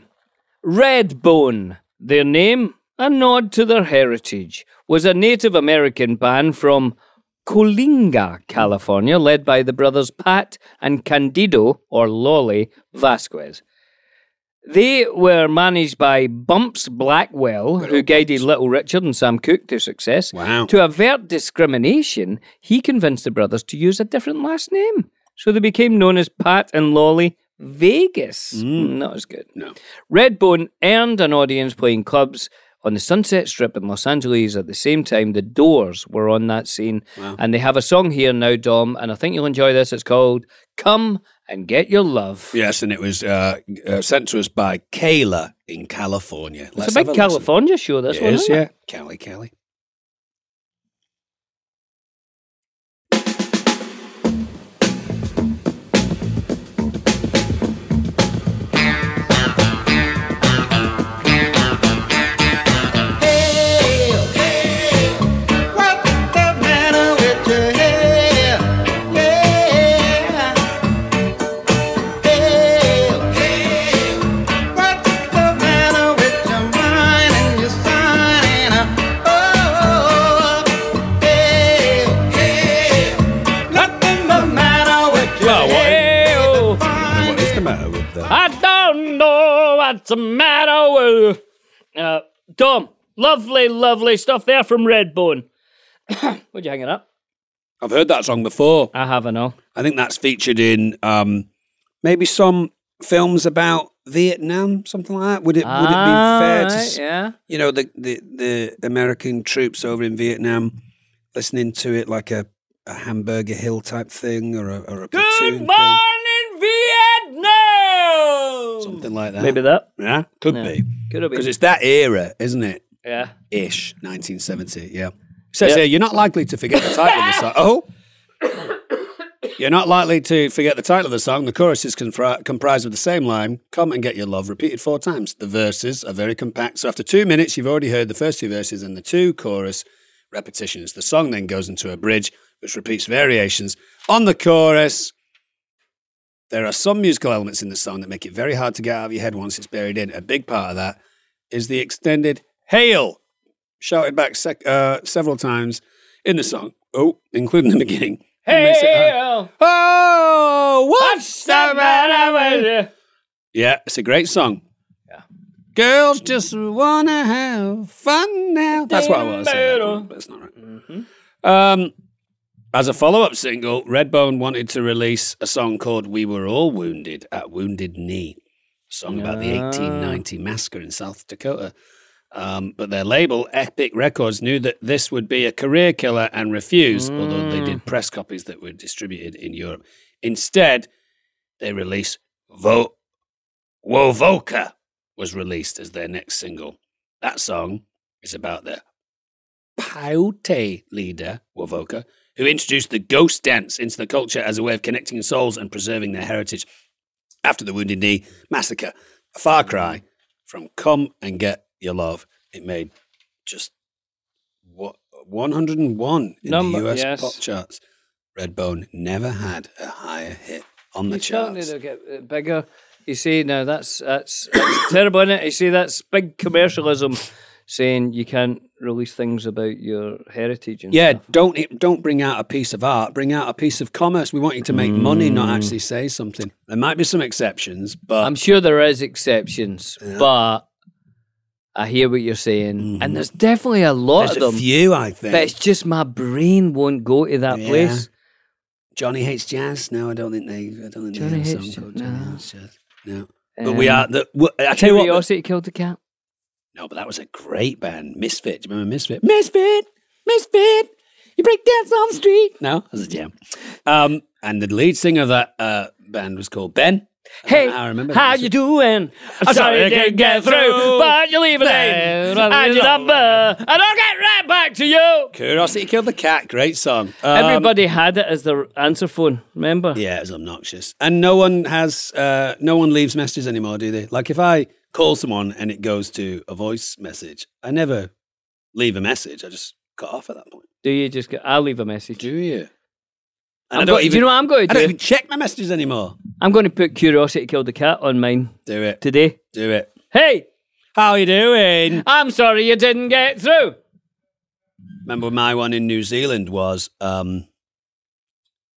Speaker 2: Redbone, their name, a nod to their heritage, was a Native American band from Colinga, California, led by the brothers Pat and Candido, or Lolly, Vasquez. They were managed by Bumps Blackwell, who guided Little Richard and Sam Cooke to success.
Speaker 3: Wow.
Speaker 2: To avert discrimination, he convinced the brothers to use a different last name. So they became known as Pat and Lolly Vegas. Not as good.
Speaker 3: No.
Speaker 2: Redbone earned an audience playing clubs on the Sunset Strip in Los Angeles at the same time the Doors were on that scene. And they have a song here now, Dom, and I think you'll enjoy this. It's called Come and Get Your Love.
Speaker 3: Yes, and it was uh, uh, sent to us by Kayla in California.
Speaker 2: It's
Speaker 3: Let's
Speaker 2: a
Speaker 3: have
Speaker 2: big
Speaker 3: listen.
Speaker 2: California show, this
Speaker 3: It
Speaker 2: one.
Speaker 3: is,
Speaker 2: isn't it?
Speaker 3: yeah. Kelly, Kelly. What is the matter with that?
Speaker 2: I don't know what's the matter with uh, Tom. Lovely, lovely stuff there from Redbone. (coughs) Would you hang it up?
Speaker 3: I've heard that song before.
Speaker 2: I have, I know.
Speaker 3: I think that's featured in um, maybe some films about Vietnam, something like that. Would it would it be fair to s-
Speaker 2: Ah, yeah.
Speaker 3: you know the, the the American troops over in Vietnam listening to it like a, a hamburger hill type thing or a, or a platoon thing,
Speaker 2: Morning, Vietnam!
Speaker 3: something like that?
Speaker 2: Maybe that.
Speaker 3: Yeah, could
Speaker 2: Yeah.
Speaker 3: be.
Speaker 2: Could have been.
Speaker 3: Because it's that era, isn't it?
Speaker 2: Yeah.
Speaker 3: Ish, 1970. Yeah. Says
Speaker 2: Yeah.
Speaker 3: here, you're not likely to forget the title of the song. Oh. You're not likely to forget the title of the song. The chorus is compri- comprised of the same line, Come and Get Your Love, repeated four times. The verses are very compact. So after two minutes, you've already heard the first two verses and the two chorus repetitions. The song then goes into a bridge, which repeats variations on the chorus. There are some musical elements in the song that make it very hard to get out of your head once it's buried in. A big part of that is the extended hail shouted back sec- uh, several times in the song. Oh, including the beginning.
Speaker 2: Hail!
Speaker 3: uh, Oh,
Speaker 2: what's the matter with you?
Speaker 3: Yeah, it's a great song. Yeah. Girls just wanna have fun now. That's what I want to say. that one, but it's not right. Um, as a follow-up single, Redbone wanted to release a song called "We Were All Wounded" at Wounded Knee, a song about the 1890 massacre in South Dakota. Um, but their label, Epic Records, knew that this would be a career killer and refused, although they did press copies that were distributed in Europe. Instead, they released Vo- Wovoka was released as their next single. That song is about the Paute leader, Wovoka, who introduced the ghost dance into the culture as a way of connecting souls and preserving their heritage after the Wounded Knee massacre. A far cry from Come and Get Your Love. It made just what 101 in
Speaker 2: Number-
Speaker 3: the US
Speaker 2: yes.
Speaker 3: pop charts. Redbone never had a higher hit on the
Speaker 2: He's telling you
Speaker 3: charts.
Speaker 2: they'll get uh, bigger. You see, now that's that's, (coughs) that's terrible, is it? You see, that's big commercialism saying you can't release things about your heritage. And
Speaker 3: Yeah, don't don't bring out a piece of art. Bring out a piece of commerce. We want you to make money, not actually say something. There might be some exceptions, but
Speaker 2: Mm. I'm sure there is exceptions, but I hear what you're saying, and there's definitely a lot
Speaker 3: Mm-hmm. There's
Speaker 2: of
Speaker 3: a
Speaker 2: them.
Speaker 3: few, I think.
Speaker 2: but it's just my brain won't go to that
Speaker 3: Yeah.
Speaker 2: place.
Speaker 3: Johnny hates jazz. No, I don't think they. I don't think
Speaker 2: Johnny
Speaker 3: they have a
Speaker 2: Hates
Speaker 3: song called
Speaker 2: Jazz,
Speaker 3: Johnny
Speaker 2: no.
Speaker 3: Hates Jazz. No, but we are.
Speaker 2: Um,
Speaker 3: The, w- I tell you what. the-
Speaker 2: Curiosity killed the cat.
Speaker 3: no, but that was a great band, Misfit. Do you remember Misfit?
Speaker 16: Misfit, misfit, you break dance on the street.
Speaker 3: No, that was a jam. Um, and the lead singer of that uh, band was called Ben. Hey, I remember.
Speaker 16: how
Speaker 3: you
Speaker 2: doing?
Speaker 16: I'm sorry I can't get through, but you leave a name and your number,
Speaker 2: uh,
Speaker 16: and I'll get right back to you.
Speaker 3: Curiosity killed the cat. Great song. Um,
Speaker 2: Everybody had it as their answer phone. Remember?
Speaker 3: Yeah, it's obnoxious. And no one has, uh, no one leaves messages anymore, do they? Like if I call someone and it goes to a voice message, I never leave a message. I just cut off at that point.
Speaker 2: Do you just? Get, I'll leave a message. Do
Speaker 3: you? And
Speaker 2: I'm
Speaker 3: I don't
Speaker 2: go- do you
Speaker 3: even-
Speaker 2: know what I'm going to
Speaker 3: I
Speaker 2: do?
Speaker 3: don't even check my messages anymore.
Speaker 2: I'm going to put Curiosity Killed the Cat on mine.
Speaker 3: Do it.
Speaker 2: Today.
Speaker 3: Do it.
Speaker 2: Hey!
Speaker 3: How you doing?
Speaker 2: I'm sorry you didn't get through.
Speaker 3: Remember my one in New Zealand was um,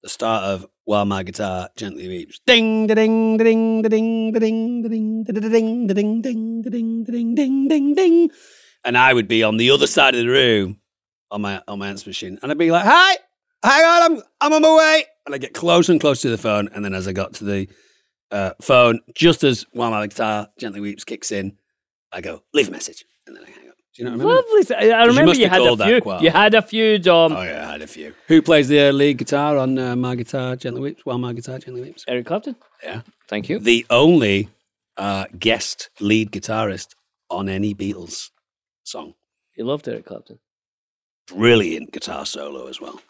Speaker 3: the start of While My Guitar Gently Weeps. Ding, da, ding, da, ding, da, ding, da, ding, da, ding, da, da, da, ding, da, ding, ding, da, ding, da, ding, ding, ding, ding. And I would be on the other side of the room on my on my answer machine, and I'd be like, "Hi, hang on, I'm I'm on my way." And I get closer and closer to the phone, and then as I got to the uh, phone, just as While My Guitar Gently Weeps kicks in, I go, "Leave a message," and then I hang up. Do you know what I mean?
Speaker 2: Lovely. s- I- I
Speaker 3: Because you
Speaker 2: remember
Speaker 3: must
Speaker 2: you,
Speaker 3: have
Speaker 2: had a
Speaker 3: called that
Speaker 2: few.
Speaker 3: quite-
Speaker 2: You had a few, Dom.
Speaker 3: Oh yeah, I had a few. Who plays the uh, lead guitar on uh, My Guitar Gently Weeps? While My Guitar Gently Weeps?
Speaker 2: Eric Clapton.
Speaker 3: Yeah.
Speaker 2: Thank you.
Speaker 3: The only uh, guest lead guitarist on any Beatles song.
Speaker 2: You loved Eric Clapton.
Speaker 3: Brilliant guitar solo as well.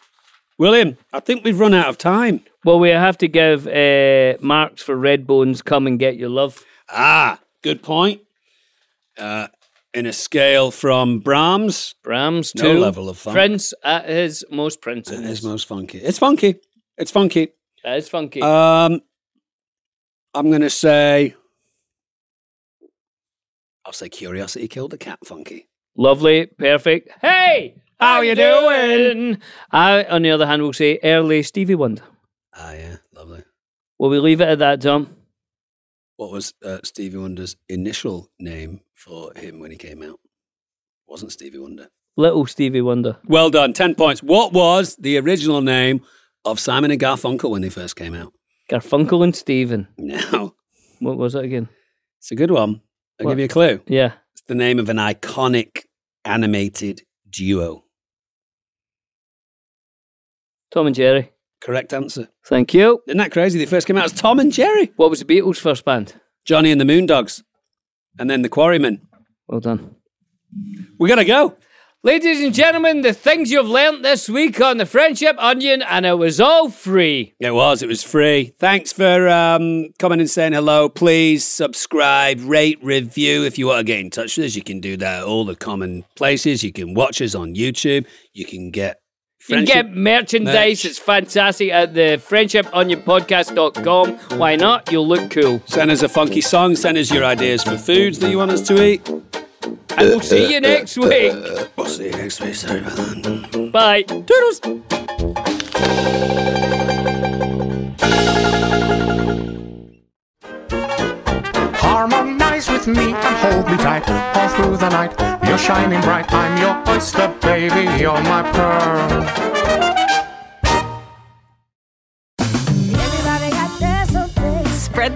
Speaker 3: William, I think we've run out of time.
Speaker 2: Well, we have to give uh, marks for Redbones. Come and get your love.
Speaker 3: Ah, good point. Uh, in a scale from Brahms.
Speaker 2: Brahms
Speaker 3: No
Speaker 2: to
Speaker 3: level of funk.
Speaker 2: Prince at his most Prince.
Speaker 3: It is most funky. It's funky. It's funky.
Speaker 2: That is funky.
Speaker 3: Um, I'm going to say. I'll say Curiosity Killed the Cat Funky.
Speaker 2: Lovely, perfect. Hey, how, you doing? I, on the other hand, will say early Stevie Wonder.
Speaker 3: Ah, yeah, lovely.
Speaker 2: Will we leave it at that, Tom?
Speaker 3: What was uh, Stevie Wonder's initial name for him when he came out? Wasn't Stevie Wonder.
Speaker 2: Little Stevie Wonder.
Speaker 3: Well done, 10 points. What was the original name of Simon and Garfunkel when they first came out? (laughs)
Speaker 2: Garfunkel and Steven.
Speaker 3: No.
Speaker 2: What was it again?
Speaker 3: It's a good one. I'll
Speaker 2: What?
Speaker 3: give you a clue.
Speaker 2: Yeah.
Speaker 3: It's the name of an iconic animated duo.
Speaker 2: Tom and Jerry.
Speaker 3: Correct answer.
Speaker 2: Thank you.
Speaker 3: Isn't that crazy? They first came out as Tom and Jerry.
Speaker 2: What was the Beatles' first band?
Speaker 3: Johnny and the Moondogs. And then the Quarrymen.
Speaker 2: Well done.
Speaker 3: We're going to go.
Speaker 2: Ladies and gentlemen, the things you've learnt this week on the Friendship Onion, and it was all free.
Speaker 3: It was. It was free. Thanks for um, coming and saying hello. Please subscribe, rate, review. If you want to get in touch with us, you can do that at all the common places. You can watch us on YouTube. You can get
Speaker 2: you
Speaker 3: friendship.
Speaker 2: can get merchandise. It's fantastic at the friendshiponyourpodcast.com. Why not? You'll look cool.
Speaker 3: Send us a funky song. Send us your ideas for foods that you want us to eat. And we'll
Speaker 2: See you next week.
Speaker 3: We'll see you Uh, next week. Sorry about that.
Speaker 2: Bye. Toodles.
Speaker 1: Harmonize with me and hold me tight all through the night. You're shining bright. I'm your oyster, baby. You're my pearl.
Speaker 17: Spread